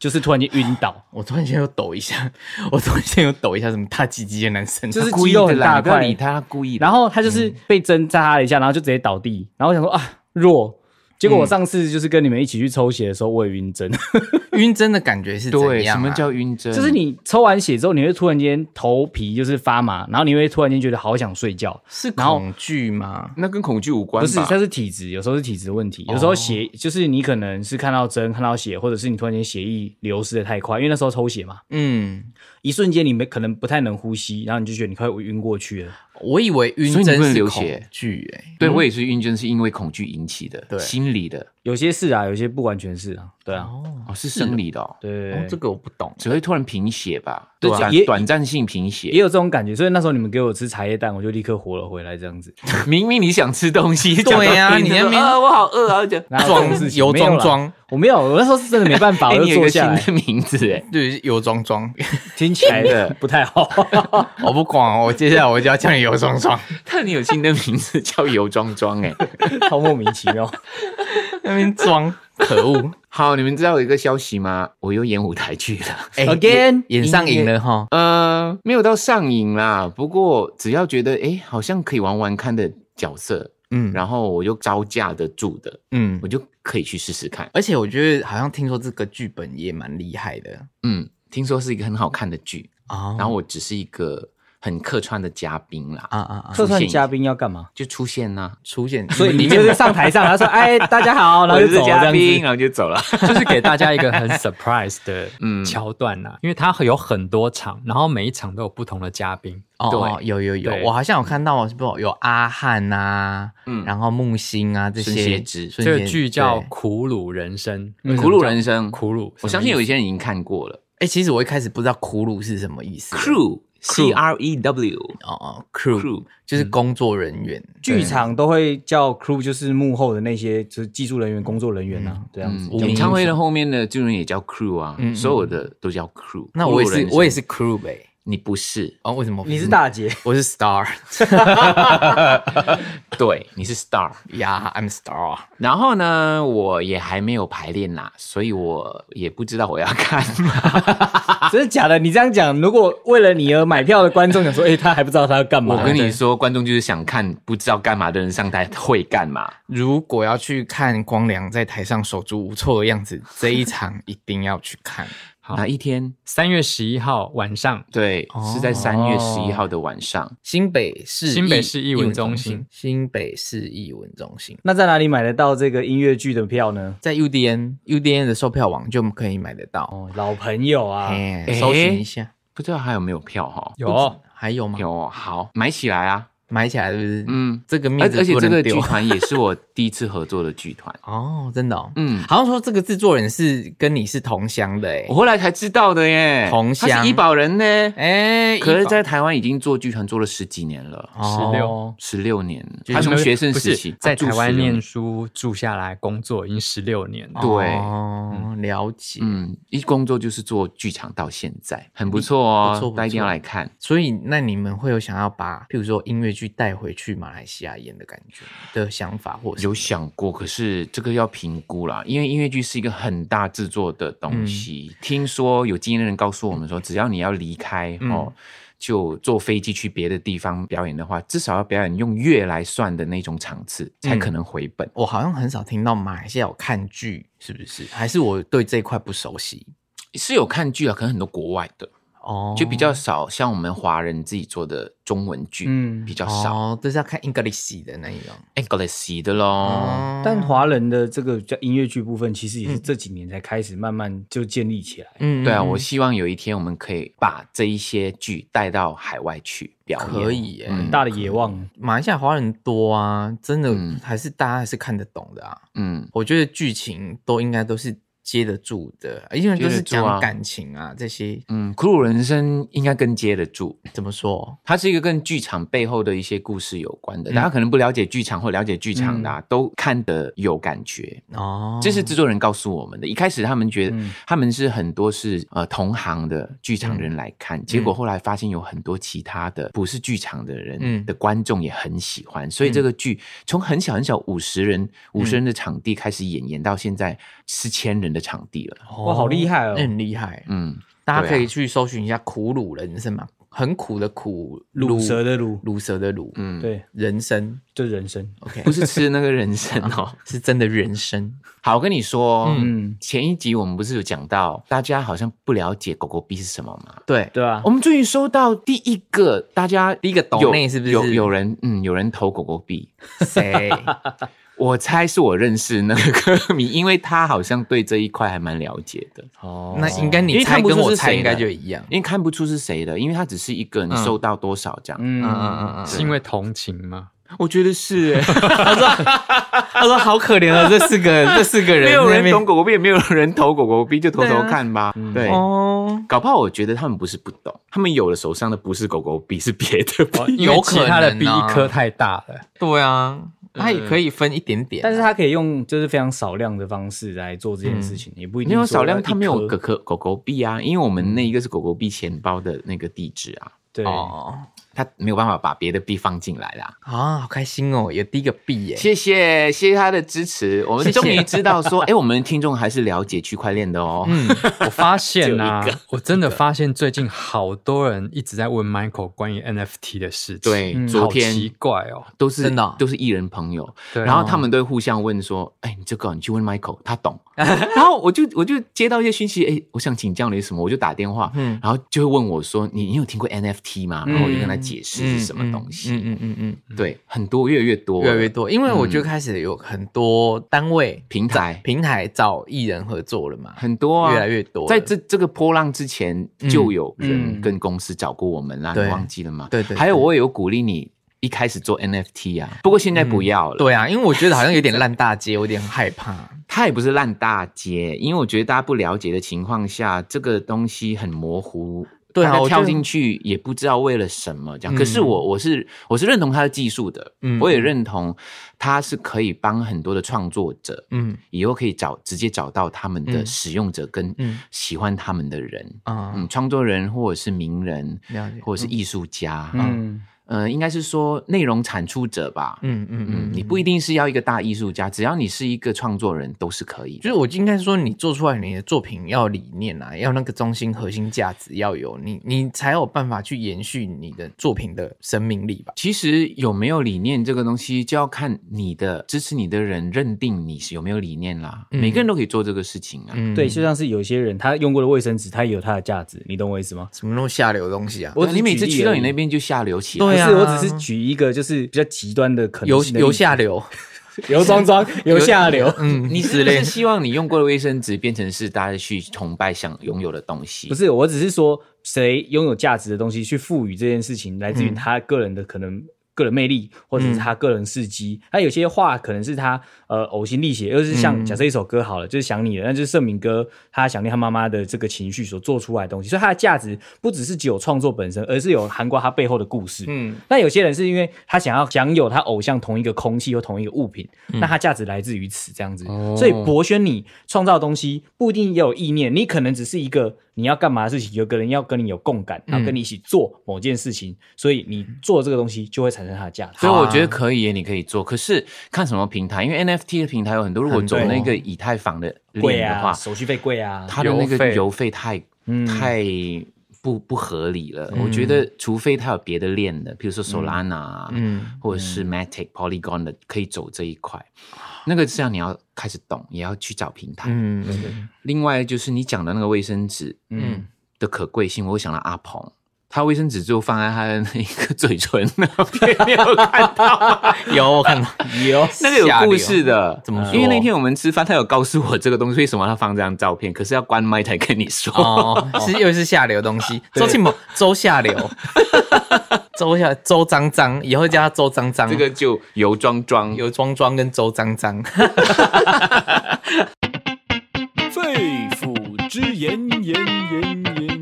Speaker 4: 就是突然间晕 倒
Speaker 3: 我突然间又抖一下， 我突然间又抖一下，什么大鸡鸡的男生，啊
Speaker 4: 就是
Speaker 5: 他故
Speaker 4: 肌
Speaker 5: 意
Speaker 4: 肉
Speaker 5: 的
Speaker 4: 很
Speaker 5: 啦
Speaker 4: 大
Speaker 5: 你不要
Speaker 4: 块
Speaker 5: 理他，他故意的。
Speaker 4: 然后他就是被针扎了一下，然后就直接倒地。然后我想说啊，弱。结果我上次就是跟你们一起去抽血的时候，我也晕 针，
Speaker 3: 晕针的感觉是
Speaker 5: 对，
Speaker 3: 怎样、
Speaker 5: 什
Speaker 3: 啊？
Speaker 5: 么叫晕针？
Speaker 4: 就是你抽完血之后，你会突然间头皮就是发麻，然后你会突然间觉得好想睡觉，
Speaker 3: 是
Speaker 4: 然后
Speaker 3: 恐惧吗？
Speaker 5: 那跟恐惧无关
Speaker 4: 不
Speaker 5: 吧？
Speaker 4: 是，它是体质，有时候是体质的问题，有时候血、
Speaker 5: 哦
Speaker 4: 就是你可能是看到针、看到血，或者是你突然间血液流失的太快，因为那时候抽血嘛，
Speaker 3: 嗯，
Speaker 4: 一瞬间你没可能不太能呼吸，然后你就觉得你快晕过去了。
Speaker 3: 我以为晕
Speaker 5: 所以你
Speaker 3: 针
Speaker 5: 不能
Speaker 3: 是
Speaker 5: 流
Speaker 3: 恐
Speaker 5: 血
Speaker 3: 惧、欸，
Speaker 5: 对我也是晕针，是因为恐惧引起的，
Speaker 3: 对
Speaker 5: 心理的。
Speaker 4: 有些是啊，有些不完全是啊，对啊，
Speaker 3: 哦，
Speaker 5: 哦，是生理的哦，
Speaker 4: 对对
Speaker 3: 哦
Speaker 4: 对
Speaker 3: 这个我不懂。
Speaker 5: 只会突然贫血吧？
Speaker 4: 对
Speaker 5: 短
Speaker 4: 也
Speaker 5: 短暂性贫血，
Speaker 4: 也有这种感觉，所以那时候你们给我吃茶叶蛋，我就立刻活了回来，这样子。
Speaker 5: 明明你想吃东西，
Speaker 3: 对
Speaker 5: 呀、
Speaker 3: 呀、你那边啊，我好饿啊，
Speaker 4: 哪有这种
Speaker 3: 装
Speaker 4: 事情
Speaker 3: 油
Speaker 4: 没有
Speaker 3: 装
Speaker 4: 啦
Speaker 3: 装，
Speaker 4: 我没有，我那时候是真的没办法，
Speaker 5: 哎
Speaker 4: 我就
Speaker 5: 你有一
Speaker 4: 坐
Speaker 5: 个
Speaker 4: 下
Speaker 5: 新
Speaker 4: 来，
Speaker 5: 的名字哎，
Speaker 3: 对，油装装。
Speaker 4: 听起来
Speaker 5: 的
Speaker 4: 不太好。
Speaker 3: 我不管，哦我接下来我就要叫你油装装。
Speaker 5: 但你有新的名字叫油装装 哎。
Speaker 4: 超莫名其妙。
Speaker 3: 那边装，可恶！
Speaker 5: 好，你们知道有一个消息吗？我又演舞台剧了。
Speaker 3: 哎
Speaker 4: Again，
Speaker 3: 演演上瘾了哈。
Speaker 5: 呃，没有到上瘾啦，不过只要觉得哎、诶好像可以玩玩看的角色，
Speaker 3: 嗯
Speaker 5: 然后我又招架得住的，
Speaker 3: 嗯
Speaker 5: 我，就可以去试试看。
Speaker 3: 而且我觉得好像听说这个剧本也蛮厉害的
Speaker 5: 嗯，听说是一个很好看的剧，
Speaker 3: 哦
Speaker 5: 然后我只是一个很客串的嘉宾啦，
Speaker 3: 啊啊啊，
Speaker 4: 客串嘉宾要干嘛？
Speaker 5: 就出现啊呐、
Speaker 3: 出现，
Speaker 4: 所以你就是上台上，他说：“哎，大家好。”然后
Speaker 5: 我
Speaker 4: 就是走了这
Speaker 5: 嘉
Speaker 4: 样
Speaker 5: 宾，啊
Speaker 4: 子。
Speaker 5: 然后就走 了。
Speaker 1: 就是给大家一个很 surprise 的
Speaker 5: 嗯
Speaker 1: 桥段啊呐、因为它有很多场，然后每一场都有不同的嘉宾。
Speaker 3: 哦
Speaker 1: 对
Speaker 3: 哦，有有有，
Speaker 1: 对
Speaker 3: 我好像有看到，是不是有阿汉呐，
Speaker 5: 嗯
Speaker 3: 然后木星啊这些，
Speaker 5: 孙协之
Speaker 3: 孙
Speaker 1: 这
Speaker 3: 协
Speaker 1: 个剧叫
Speaker 3: 对
Speaker 1: 《苦鲁人生》，
Speaker 5: 嗯苦鲁人生，
Speaker 1: 苦鲁，
Speaker 5: 我相信有一
Speaker 1: 一
Speaker 5: 些人已经看过了。
Speaker 3: 哎，其实我一开始不知道苦鲁是什么意思。
Speaker 5: Crew C R E W
Speaker 3: 哦哦，crew 嗯
Speaker 5: crew
Speaker 3: 就是工作人员，
Speaker 4: 剧场都会叫 crew，就是幕后的那些，就是技术人员、工作人员啊，这样子。
Speaker 5: 嗯，演唱会的后面的巨人也叫 crew 啊，
Speaker 3: 嗯嗯
Speaker 5: 所有的都叫 crew。
Speaker 3: 那我也
Speaker 5: 苦鲁
Speaker 3: 是
Speaker 5: 人生
Speaker 3: 我也，是 crew 呗。
Speaker 5: 你不是？
Speaker 3: 哦，为什么
Speaker 4: 你是？大姐，
Speaker 3: 我是 star
Speaker 5: 对，你是 star。
Speaker 3: 呀，I'm star。
Speaker 5: 然后呢，我也还没有排练啦，所以我也不知道我要看。
Speaker 4: 真的假的？你这样讲，如果为了你而买票的观众想说：“哎，他还不知道他要干嘛。”
Speaker 5: 我跟你说，观众就是想看不知道干嘛的人上台会干嘛。
Speaker 3: 如果要去看光良在台上手足无措的样子，这一场一定要去看。
Speaker 1: 好
Speaker 5: 哪一天？
Speaker 1: 三月十一号晚上，
Speaker 5: 对，
Speaker 3: 哦
Speaker 5: 是在三月十一号的晚上。
Speaker 3: 新北市
Speaker 1: 新北市艺文中心
Speaker 3: 心，新北市艺文中心
Speaker 4: 那在哪里买得到这个音乐剧的票呢？
Speaker 3: 在 UDN UDN 的售票网就可以买得到，
Speaker 4: 哦，老朋友啊，
Speaker 3: 哎、
Speaker 5: 哎
Speaker 3: 搜寻一下，
Speaker 5: 不知道还有没有票哈？
Speaker 1: 有哦
Speaker 3: 还有吗？
Speaker 5: 有哦，好，买起来啊！
Speaker 3: 买起来是不是？嗯，
Speaker 5: 嗯，
Speaker 3: 这个
Speaker 5: 而
Speaker 3: 面子
Speaker 5: 而且
Speaker 3: 不
Speaker 5: 这
Speaker 3: 能
Speaker 5: 个
Speaker 3: 丢。
Speaker 5: 剧团也是我第一次合作的剧团
Speaker 3: 哦，真的哦，
Speaker 5: 嗯，
Speaker 3: 好像说这个制作人是跟你是同乡的哎、
Speaker 5: 我后来才知道的耶，
Speaker 3: 同乡
Speaker 5: 他是医保人呢。
Speaker 3: 哎、
Speaker 5: 可是，在
Speaker 3: 一
Speaker 5: 台湾已经做剧团做了十几年了，
Speaker 3: 哦
Speaker 1: 16
Speaker 5: 十六年，
Speaker 3: 就是
Speaker 5: 他从学生
Speaker 1: 不
Speaker 5: 时
Speaker 1: 是
Speaker 5: 期
Speaker 1: 在
Speaker 5: 他住
Speaker 1: 台湾
Speaker 5: 16年
Speaker 1: 念书住下来工作已经十六年了。
Speaker 5: 对
Speaker 3: 哦，了解。
Speaker 5: 嗯，一工作就是做剧场到现在，很不错哦，
Speaker 3: 不错不错
Speaker 5: 大家一定要来看。
Speaker 3: 所以，那你们会有想要把，譬如说音乐剧带回去马来西亚演的感觉的想法，或者
Speaker 5: 有想过，可是这个要评估啦，因为音乐剧是一个很大制作的东西。听说有经验的人告诉我们说，只要你要离开、哦，就坐飞机去别的地方表演的话，至少要表演用月来算的那种场次，才可能回本。
Speaker 3: 我好像很少听到马来西亚有看剧，是不是？还是我对这一块不熟悉？
Speaker 5: 是有看剧啊，可能很多国外的
Speaker 3: 哦，
Speaker 5: 就比较少，像我们华人自己做的中文剧，
Speaker 4: 嗯
Speaker 5: 比较少
Speaker 3: 哦，都是要看 English 的那一种。
Speaker 5: English 的咯。
Speaker 3: 哦，
Speaker 4: 但华人的这个叫音乐剧部分，其实也是这几年才开始慢慢就建立起来。
Speaker 3: 嗯
Speaker 5: 对啊，我
Speaker 3: 嗯
Speaker 5: 希望有一天我们可以把这一些剧带到海外去表演。
Speaker 3: 可以耶、
Speaker 5: 嗯
Speaker 4: 大的野望，
Speaker 3: 马来西亚华人多啊，真的
Speaker 5: 嗯
Speaker 3: 还是大家还是看得懂的啊。
Speaker 5: 嗯，
Speaker 3: 我觉得剧情都应该都是接得住的，因为都是
Speaker 5: 接得住啊
Speaker 3: 讲感情啊这些，
Speaker 5: 嗯，苦鲁人生应该更接得住，
Speaker 3: 怎么说？
Speaker 5: 它是一个跟剧场背后的一些故事有关的。大
Speaker 3: 嗯
Speaker 5: 家可能不了解剧场或了解剧场的、啊，都看得有感觉。
Speaker 3: 哦，
Speaker 5: 这是制作人告诉我们的。一开始他们觉得
Speaker 4: 嗯
Speaker 5: 他们是很多是呃同行的剧场人来看，结果后来发现有很多其他的不是剧场的人
Speaker 3: 嗯
Speaker 5: 的观众也很喜欢，所以这个剧从很小很小五十人五十人的场地开始演，演到现在四千人的场地了。
Speaker 4: 哇好厉害哦
Speaker 3: 那很厉害。
Speaker 5: 嗯，
Speaker 3: 大家
Speaker 5: 对啊
Speaker 3: 可以去搜寻一下“苦鲁人生”嘛，很苦的苦，
Speaker 4: 乳蛇的乳，
Speaker 3: 乳蛇的乳，
Speaker 5: 嗯
Speaker 4: 对，
Speaker 3: 人生
Speaker 4: 就人生。
Speaker 3: ，OK，
Speaker 5: 不是吃那个人参哦。
Speaker 3: 是真的人生。
Speaker 5: 好，我跟你说，哦
Speaker 4: 嗯，
Speaker 5: 前一集我们不是有讲到，大家好像不了解狗狗币是什么吗？
Speaker 3: 对，
Speaker 4: 对啊
Speaker 5: 我，们终于收到第一个大家第
Speaker 3: 一个抖内是不是
Speaker 5: 有有人嗯有人投狗狗币？
Speaker 3: 谁？
Speaker 5: 我猜是我认识那个歌迷， 因为他好像对这一块还蛮了解的，
Speaker 3: 嗯
Speaker 4: 哦
Speaker 3: 那应该
Speaker 5: 因
Speaker 3: 你
Speaker 5: 为看
Speaker 3: 猜
Speaker 5: 不
Speaker 3: 跟
Speaker 5: 出
Speaker 3: 我
Speaker 5: 是
Speaker 3: 猜
Speaker 5: 谁
Speaker 3: 应该
Speaker 5: 的
Speaker 3: 就一样。
Speaker 5: 因为看不出是谁的，因为他只是一个你收到多少这样。
Speaker 4: 嗯
Speaker 3: 嗯嗯嗯
Speaker 1: 是因为同情吗？
Speaker 5: 我觉得是哎、
Speaker 3: 他说他说好可怜哦，这四 个这四个人
Speaker 5: 没有
Speaker 3: 在那
Speaker 5: 人
Speaker 3: 边
Speaker 5: 懂狗狗币，也没有人投狗狗币，就投
Speaker 3: 对
Speaker 5: 投
Speaker 3: 啊
Speaker 5: 看吧。对，
Speaker 3: 哦，
Speaker 5: 搞不好我觉得他们不是不懂，他们有的手上的不是狗狗币，是别的币。
Speaker 1: 因为
Speaker 3: 有
Speaker 1: 其
Speaker 3: 可
Speaker 1: 他的
Speaker 3: 能
Speaker 1: 币一
Speaker 3: 啊
Speaker 1: 颗太大了。
Speaker 3: 对啊，他也可以分一点点，啊
Speaker 4: 但是他可以用就是非常少量的方式来做这件事情，也不一定
Speaker 5: 嗯没有
Speaker 4: 说
Speaker 5: 少量，
Speaker 4: 要
Speaker 5: 它
Speaker 4: 一
Speaker 5: 没有
Speaker 4: 颗
Speaker 5: 狗狗狗狗币啊，因为我们那一个是狗狗币钱包的那个地址啊，
Speaker 4: 对。
Speaker 3: 哦
Speaker 5: 它没有办法把别的币放进来啦。
Speaker 3: 啊，好开心哦，有第一个币耶，
Speaker 5: 谢谢，谢谢他的支持，我们
Speaker 3: 谢谢
Speaker 5: 终于知 道说，哎，我们听众还是了解区块链的哦。
Speaker 3: 嗯，
Speaker 1: 我发现啊
Speaker 5: 只有一个，
Speaker 1: 我真的发现最近好多人一直在问 Michael 关于 NFT 的事情。
Speaker 5: 对，
Speaker 4: 嗯
Speaker 5: 昨
Speaker 1: 好奇
Speaker 5: 天
Speaker 1: 怪哦。
Speaker 5: 都是
Speaker 3: 真的啊哦
Speaker 5: 都是艺人朋友，
Speaker 1: 对，
Speaker 5: 然后他们都会互相问说：“哎、你这个你去问 Michael，他懂。”然后我就我就接到一些讯息，哎、我想请教你什么，我就打电话，
Speaker 3: 嗯
Speaker 5: 然后就会问我说：“你你有听过 NFT 吗？”然后我就跟他解释是什么
Speaker 3: 嗯
Speaker 5: 东西。
Speaker 3: 嗯嗯嗯嗯，
Speaker 5: 对，很多越来越多，
Speaker 3: 越来越多，因为我
Speaker 5: 嗯
Speaker 3: 觉得开始有很多单位
Speaker 5: 平台
Speaker 3: 平台找艺人合作了嘛，
Speaker 5: 很多啊，
Speaker 3: 越来越多了，
Speaker 5: 在这这个波浪之前，就有人
Speaker 4: 嗯
Speaker 5: 跟公司找过我们啦，
Speaker 3: 对
Speaker 5: 你忘记了吗？
Speaker 3: 对对对
Speaker 5: 还有我也有鼓励你一开始做 NFT 啊，不过现在不要了。
Speaker 3: 对啊，因为我觉得好像有点烂大街，我有点害怕。
Speaker 5: 它也不是烂大街，因为我觉得大家不了解的情况下，这个东西很模糊。
Speaker 3: 对啊
Speaker 5: 大家
Speaker 3: 我觉
Speaker 5: 跳
Speaker 3: 得
Speaker 5: 进去也不知道为了什么这样。
Speaker 3: 嗯
Speaker 5: 可是我我是我是认同它的技术的，
Speaker 3: 嗯
Speaker 5: 我也认同它是可以帮很多的创作者，
Speaker 3: 嗯
Speaker 5: 以后可以找直接找到他们的
Speaker 3: 嗯
Speaker 5: 使用者跟
Speaker 3: 嗯
Speaker 5: 喜欢他们的人，
Speaker 3: 啊，
Speaker 5: 嗯，创作人或者是名人
Speaker 3: 了解，
Speaker 5: 嗯或者是艺术家，嗯，
Speaker 4: 嗯，
Speaker 5: 呃，应该是说内容产出者吧，
Speaker 3: 嗯嗯
Speaker 5: 嗯，
Speaker 3: 嗯，
Speaker 5: 你不一定是要一个大艺术家，只要你是一个创作人，都是可以的。
Speaker 3: 就是我应该说，你做出来你的作品要理念啊，要那个中心核心价值要有，你你才有办法去延续你的作品的生命力吧。
Speaker 5: 其实有没有理念这个东西，就要看你的支持你的人认定你是有没有理念啦。
Speaker 3: 嗯
Speaker 5: 每个人都可以做这个事情啊。
Speaker 3: 嗯
Speaker 4: 对，就像是有些人他用过的卫生纸，他也有他的价值，你懂我意思吗？
Speaker 3: 什么那么下流的东西啊？
Speaker 4: 我
Speaker 5: 对啊你每次
Speaker 4: 只是举
Speaker 5: 去
Speaker 4: 例
Speaker 5: 到
Speaker 4: 而
Speaker 5: 你
Speaker 4: 已
Speaker 5: 那边就下流起来，
Speaker 3: 对啊
Speaker 4: 不是，我只是举一个就是比较极端的可能
Speaker 3: 游
Speaker 4: 性的例子
Speaker 3: 游下流，
Speaker 4: 游庄 庄游下流，
Speaker 3: 嗯，
Speaker 5: 你
Speaker 3: 之
Speaker 5: 是不
Speaker 3: 类
Speaker 5: 是希望你用过的卫生纸变成是大家去崇拜、想拥有的东西？
Speaker 4: 不，是，我只是说谁拥有价值的东西去赋予这件事情，来自
Speaker 3: 嗯
Speaker 4: 于他个人的可能。个人魅力，或者是他个人事迹，那、有些话可能是他呃呕心沥血，又是
Speaker 3: 嗯
Speaker 4: 像假设一首歌好了，就是想你的，那就是盛明哥他想念他妈妈的这个情绪所做出来的东西，所以它的价值不只是只有创作本身，而是有涵盖它背后的故事。
Speaker 3: 嗯
Speaker 4: 那有些人是因为他想要享有他偶像同一个空气或同一个物品，那它价值来自于此这样子。
Speaker 1: 哦
Speaker 4: 所以博轩你创造的东西不一定要有意念，你可能只是一个你要干嘛的事情，有个人要跟你有共感，然后跟你一起做某件事情，所以你做这个东西就会产生它的价值。
Speaker 5: 所以
Speaker 3: 好啊
Speaker 5: 我觉得可以耶，你可以做。可是看什么平台，因为 NFT 的平台有很多，如果走
Speaker 4: 很多
Speaker 5: 那个以太坊的
Speaker 4: 贵
Speaker 5: 链的
Speaker 4: 啊，
Speaker 5: 话，
Speaker 4: 手续费贵啊，
Speaker 5: 它的那
Speaker 1: 邮
Speaker 5: 个
Speaker 1: 费
Speaker 5: 邮费太、
Speaker 4: 嗯
Speaker 5: 太不不合理了。我觉得，除非它有别的链的，比如说 Solana 啊、
Speaker 3: 嗯
Speaker 5: 或者是 Matic、Polygon 的，可以走这一块。那个这样你要开始懂，也要去找平台。
Speaker 3: 嗯
Speaker 5: 另外就是你讲的那个卫生纸
Speaker 4: 嗯，
Speaker 5: 的可贵性，我又想到阿鹏。他卫生纸就放在他的那个嘴唇那边，你有看到吗？
Speaker 3: 有我看到
Speaker 4: 有
Speaker 5: 那个有故事的，
Speaker 3: 怎么说
Speaker 5: 因为那天我们吃饭，他有告诉我这个东西为什么要放这张照片，可是要关麦才跟你说。
Speaker 3: 哦，是又是下流的东西。周庆某，周下 流，周下周脏脏，以后叫他周脏脏。
Speaker 5: 这个就油装装。
Speaker 3: 有庄庄跟周脏脏。
Speaker 6: 肺腑之言，言言言言言言。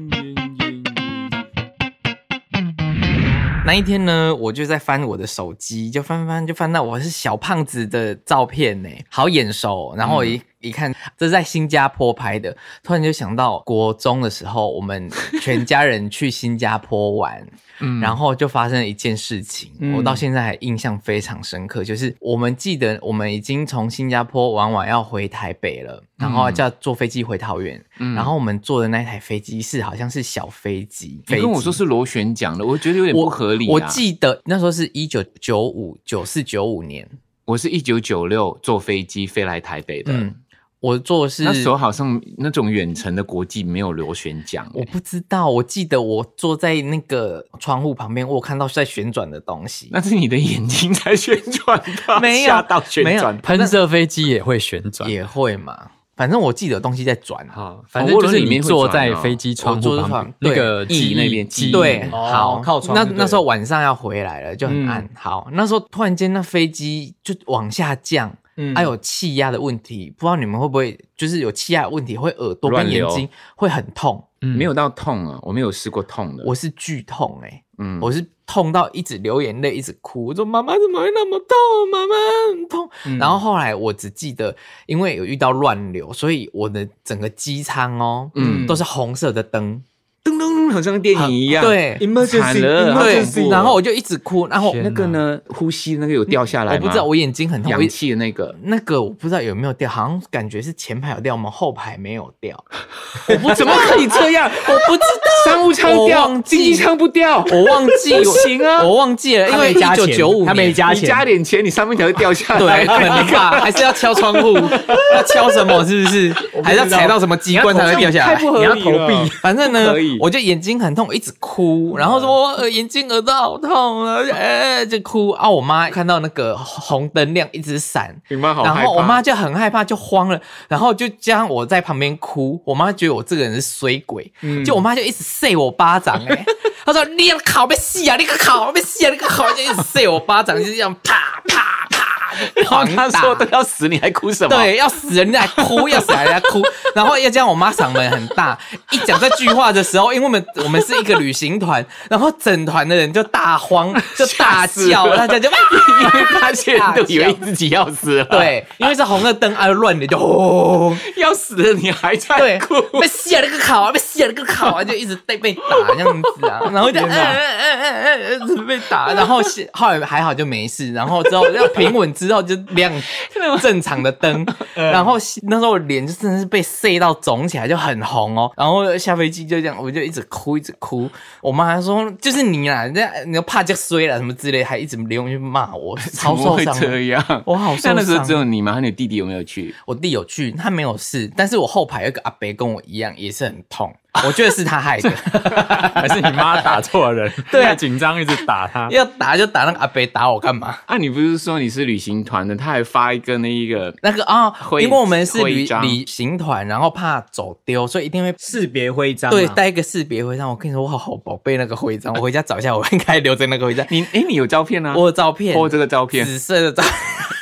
Speaker 3: 那一天呢，我就在翻我的手机，就翻翻就翻到我是小胖子的照片呢，好眼熟。然后
Speaker 5: 嗯
Speaker 3: 我一、一看，这是在新加坡拍的，突然就想到国中的时候，我 们全家人去新加坡玩，
Speaker 5: 嗯
Speaker 3: 然后就发生了一件事情，
Speaker 4: 嗯
Speaker 3: 我到现在还印象非常深刻，就是我们记得我们已经从新加坡玩完要回台北了，
Speaker 5: 嗯
Speaker 3: 然后就要坐飞机回桃园，然后我们坐的那台飞机是好像是小飞机，
Speaker 5: 你
Speaker 3: 飞
Speaker 5: 跟我
Speaker 3: 机
Speaker 5: 说是螺旋桨的，我觉得有点
Speaker 3: 我
Speaker 5: 不合理、啊
Speaker 3: 我记得那时候是一九九五、九四、九五年，
Speaker 5: 我是一九九六坐飞机飞来台北的，
Speaker 3: 嗯，我坐的是
Speaker 5: 那时候好像那种远程的国际没有螺旋桨、欸
Speaker 3: 我不知道，我记得我坐在那个窗户旁边，我有看到在旋转的东西。
Speaker 5: 那是你的眼睛在旋转吧？
Speaker 3: 没有
Speaker 5: 吓到旋
Speaker 3: 没有
Speaker 5: 转吧。
Speaker 1: 喷射飞机也会旋转，
Speaker 3: 也会嘛？反正我记得有东西在转啊。
Speaker 1: 好，反正就是你坐在飞机窗户
Speaker 3: 我坐在
Speaker 1: 旁
Speaker 3: 旁
Speaker 1: 边那个
Speaker 5: 对翼那边
Speaker 1: 记忆
Speaker 3: 对，
Speaker 4: 哦
Speaker 3: 好
Speaker 4: 靠窗
Speaker 3: 那
Speaker 4: 就对
Speaker 3: 那时候晚上要回来了，就很暗。
Speaker 4: 嗯
Speaker 3: 好，那时候突然间那飞机就往下降，
Speaker 4: 嗯
Speaker 3: 啊还有气压的问题，不知道你们会不会就是有气压的问题，会耳朵跟眼
Speaker 5: 乱
Speaker 3: 睛
Speaker 5: 流
Speaker 3: 会很痛。
Speaker 1: 嗯
Speaker 5: 没有到痛啊，我没有试过痛的。
Speaker 3: 我是剧痛哎、
Speaker 5: 嗯
Speaker 3: 我是痛到一直流眼泪，一直哭。我说妈妈怎么会那么痛？妈妈很痛。
Speaker 5: 嗯
Speaker 3: 然后后来我只记得，因为有遇到乱流，所以我的整个机舱哦，
Speaker 5: 嗯
Speaker 3: 都是红色的灯，啊
Speaker 5: 噔噔，好像电影一样。
Speaker 3: 对
Speaker 5: 惨了好
Speaker 3: 对
Speaker 5: 恐怖哦。
Speaker 3: 然后我就一直哭，然后
Speaker 1: 天
Speaker 5: 那个 呢，呃呼吸那个有掉下来吗
Speaker 3: 我不知道我眼睛很痛，我
Speaker 5: 氧气的那个
Speaker 3: 那个我不知道有没有掉，好像感觉是前排有掉，我们后排没有掉。 我不怎么可以这样？我不知道，
Speaker 5: 商务舱
Speaker 3: 我
Speaker 5: 掉，
Speaker 3: 忘记
Speaker 5: 经济舱不掉。
Speaker 3: 我忘记，
Speaker 5: 不行啊
Speaker 3: 我忘记 了，因
Speaker 4: 他
Speaker 3: 为
Speaker 4: 没
Speaker 3: 一
Speaker 4: 加
Speaker 3: 九
Speaker 4: 钱
Speaker 3: 九五，
Speaker 4: 他没加
Speaker 5: 你加
Speaker 4: 钱，
Speaker 5: 点钱，你上面条会掉下来。
Speaker 3: 对，
Speaker 5: 啊
Speaker 3: 可能 吧，还是要敲窗户，要敲什么？是不是？还是要踩到什么机关才会掉下来？
Speaker 4: 你要投币，
Speaker 3: 反正呢
Speaker 5: 可以，
Speaker 3: 我就眼睛很痛，我一直哭，然后说呃眼睛耳朵好痛啊，呃就哭啊。我妈看到那个红灯亮一直闪，
Speaker 5: 你妈好害
Speaker 3: 然
Speaker 5: 怕。
Speaker 3: 后我妈就很害怕，就慌了，然后就加上我在旁边哭，我妈觉得我这个人是衰鬼，
Speaker 5: 嗯
Speaker 3: 就我妈就一直塞我巴掌、 欸，她说你个考被戏啊，你个考被戏啊，你个考就一直塞我巴掌，就是这样啪啪啪，
Speaker 5: 然后
Speaker 3: 狂
Speaker 5: 她
Speaker 3: 打。
Speaker 5: 说都要死，你还哭什么？
Speaker 3: 对，要死人家哭，要死人家 哭，然后要这样，我妈嗓门很大，一讲这句话的时候，因为我们我们是一个旅行团，然后整团的人就大慌，就 大叫，大家就
Speaker 5: 发现都以为自己要死了。，
Speaker 3: 对，因为是红的灯，啊，乱的就轰，
Speaker 5: 要死了你还在
Speaker 3: 对
Speaker 5: 哭。，
Speaker 3: 被吓了个烤啊，被吓了个烤啊，就一直被被打这样子啊， 然后就嗯嗯嗯嗯嗯被打，然后是后来还好就没事，然后之后要平稳之后就亮正常的 灯，然后那时候我脸就真的是被晒到肿起来，就很红哦，然后下飞机就这样，我就一直哭一直哭，我妈还说就是你啦，人家你又怕就衰了什么之类，还一直留言去骂我，
Speaker 5: 怎
Speaker 3: 超
Speaker 5: 么
Speaker 3: 受
Speaker 5: 会
Speaker 3: 伤的。
Speaker 5: 这样？
Speaker 3: 我好受
Speaker 5: 那
Speaker 3: 伤
Speaker 5: 那时候只有你吗？还有你弟弟有没有去？
Speaker 3: 我弟有去，他没有事，但是我后排有一个阿伯跟我一样，也是很痛，我觉得是他 害的，
Speaker 1: 还是你妈打错人，
Speaker 3: 对啊
Speaker 1: 太紧张一直打他。？
Speaker 3: 要打就打那个阿伯打我干嘛？
Speaker 5: 啊，你不是说你是旅行团的？他还发一个那一个
Speaker 3: 那个啊、
Speaker 5: 徽
Speaker 3: 因为我们是
Speaker 5: 徽
Speaker 3: 旅
Speaker 5: 章
Speaker 3: 旅行团，然后怕走丢，所以一定会。
Speaker 4: 识别徽章啊，
Speaker 3: 对，带一个识别徽章。我跟你说，我好宝贝那个徽 章，我回家找一下，我应该留着那个徽章。
Speaker 5: 你哎，你有照片啊？
Speaker 3: 我有照片，
Speaker 5: 我有这个照片，
Speaker 3: 紫色的照片。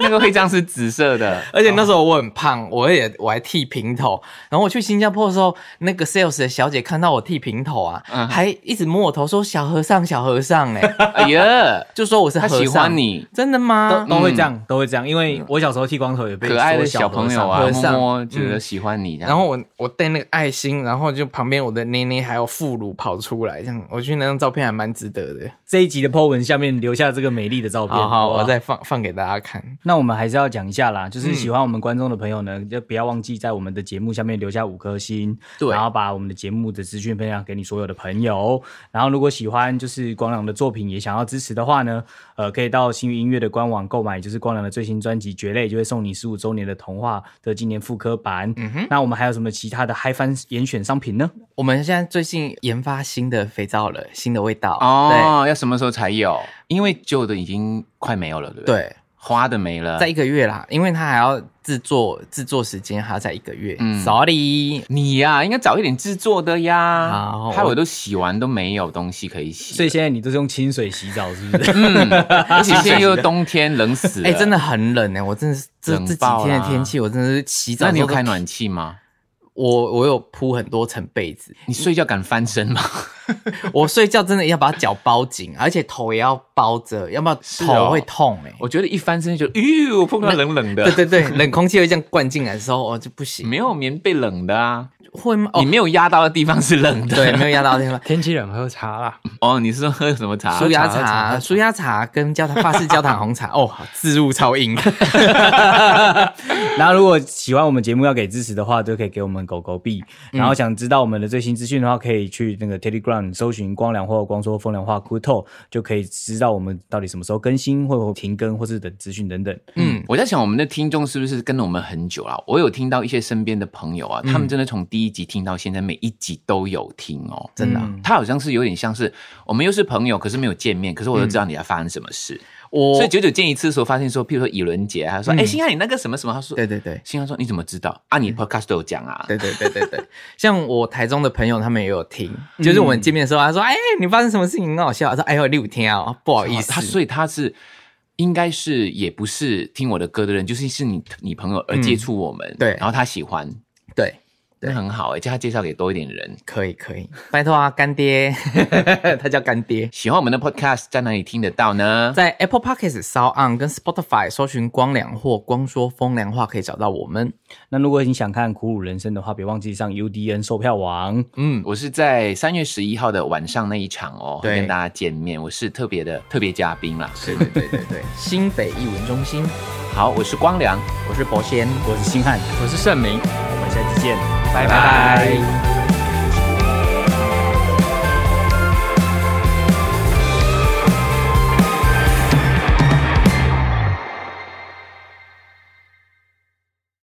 Speaker 5: 那个徽章是紫色的。
Speaker 3: 而且那时候我很胖，我也我还剃平头。然后我去新加坡的时候，那个 sales 的小姐看到我剃平头啊，
Speaker 5: 嗯
Speaker 3: 还一直摸我头说“小和尚，小和尚、欸”哎，
Speaker 5: 哎呀，
Speaker 3: 就说我是
Speaker 5: 他
Speaker 3: 和尚。
Speaker 5: 喜欢你，
Speaker 3: 真的
Speaker 4: 都
Speaker 3: 吗？
Speaker 4: 都会这样，都会这样，因为我小时候剃光头也被
Speaker 5: 嗯可爱的
Speaker 4: 说
Speaker 5: 小
Speaker 4: 和
Speaker 5: 朋友
Speaker 4: 尚
Speaker 5: 啊，
Speaker 3: 和
Speaker 5: 摸
Speaker 3: 尚嗯
Speaker 5: 摸觉得喜欢你这样，
Speaker 3: 然后我我戴那个爱心，然后就旁边我的捏捏还有副乳跑出来，这样我觉得那张照片还蛮值得的。
Speaker 4: 这一集的 po 文下面留下这个美丽的照片。
Speaker 3: 好好，
Speaker 4: 不
Speaker 3: 我再放放给大家看。
Speaker 4: 那我们还是要讲一下啦，就是喜欢我们观众的朋友呢，就不要忘记在我们的节目下面留下五颗星，
Speaker 3: 对
Speaker 4: 然后把我们的节目的资讯分享给你所有的朋友。然后如果喜欢就是光良的作品，也想要支持的话呢，呃，可以到星云音乐的官网购买，就是光良的最新专辑《蕨类》，就会送你十五周年的童话的纪念复刻版。嗯哼，那我们还有什么其他的嗨翻严选商品呢？
Speaker 3: 我们现在最近研发新的肥皂了，新的味道
Speaker 5: 哦，要什么时候才有？因为旧的已经快没有了，对不
Speaker 3: 对
Speaker 5: 对？
Speaker 3: 对，
Speaker 5: 花的没了。
Speaker 3: 在一个月啦，因为它还要制作，制作时间还要在一个月。
Speaker 5: 嗯
Speaker 3: Sorry，
Speaker 5: 你呀、应该早一点制作的呀
Speaker 3: 好，
Speaker 5: 害
Speaker 3: 我
Speaker 5: 我都洗完都没有东西可以洗了。
Speaker 4: 所以现在你都是用清水洗澡，是不是？
Speaker 5: 而且现在又冬天，冷死了。
Speaker 3: 哎、真的，很冷哎、我真的是这
Speaker 5: 冷
Speaker 3: 这几
Speaker 5: 爆
Speaker 3: 天
Speaker 5: 啦
Speaker 3: 的天气，我真的是洗澡。
Speaker 5: 那你有开？暖气吗？
Speaker 3: 我我有铺很多层被子，
Speaker 5: 你睡觉敢翻身吗？
Speaker 3: 我睡觉真的要把脚包紧，而且头也要包着，要不然
Speaker 5: 哦
Speaker 3: 头会痛哎、
Speaker 5: 我觉得一翻身就，哟，碰到冷冷
Speaker 3: 对
Speaker 5: 的，
Speaker 3: 对对， 冷空气会这样灌进来的时候，哦就不行，
Speaker 5: 没有棉被冷的啊，
Speaker 3: 会吗？
Speaker 5: 你
Speaker 3: 哦，
Speaker 5: 没有压到的地方是冷的。
Speaker 3: 对，没有压到天吗
Speaker 1: 天气冷喝茶啦，
Speaker 5: 哦，你是说喝什么 茶？
Speaker 3: 舒压
Speaker 1: 喝茶喝
Speaker 3: 茶、
Speaker 1: 茶
Speaker 3: 舒压茶跟焦糖法式焦糖红 茶，哦，自入超硬。
Speaker 4: 然后，如果喜欢我们节目要给支持的话，就可以给我们狗狗币。然后想知道我们的最新资讯的话，可以去那个 Telegram 搜寻“光良”或“光说风凉话 Cool Talk”，就可以知道我们到底什么时候更新，或者停更，或是等资讯等等。
Speaker 5: 嗯，我在想我们的听众是不是跟了我们很久啊？我有听到一些身边的朋友啊，他们真的从第第一集听到现在，每一集都有听哦。
Speaker 3: 真的啊、
Speaker 4: 嗯
Speaker 5: 他好像是有点像是我们又是朋友，可是没有见面，可是我都知道你在发生什么事，
Speaker 3: 我
Speaker 5: 所以久久见一次的时候，发现说，譬如说以伦杰，他说：“哎、星汉，你那个什么什么？”他说：“
Speaker 3: 对对对
Speaker 5: 星汉说：“你怎么知道？啊，你 podcast 都有讲啊。”
Speaker 3: 对对对对对，像我台中的朋友他们也有听，就是我们见面的时候，他说：“哎、你发生什么事情很好笑？”他说：“哎呦，六天啊，不好意思。”
Speaker 5: 哦他所以他是应该是也不是听我的歌的人，就是是你你朋友呃而接触我们，
Speaker 3: 对
Speaker 5: 然后他喜欢，
Speaker 3: 对，
Speaker 5: 那很好哎、叫他介绍给多一点人。
Speaker 3: 可以可以，拜托啊，干 爹，他叫干爹。
Speaker 5: 喜欢我们的 podcast 在哪里听得到呢？
Speaker 3: 在 Apple Podcasts、s o On 跟 Spotify 搜寻“光良”或“光说风凉话”可以找到我们。
Speaker 4: 那如果你想看《苦鲁人生》的话，别忘记上 UDN 售票网。
Speaker 5: 嗯，我是在三月十一号的晚上那一场哦，会
Speaker 3: 对
Speaker 5: 跟大家见面，我是特别的特别嘉宾啦。
Speaker 3: 对对对对对，新北艺文中心，
Speaker 5: 好，我是光良。
Speaker 3: 我是博先，
Speaker 4: 我是星汉，
Speaker 1: 我是盛明。
Speaker 4: 我们下次见。
Speaker 3: 拜拜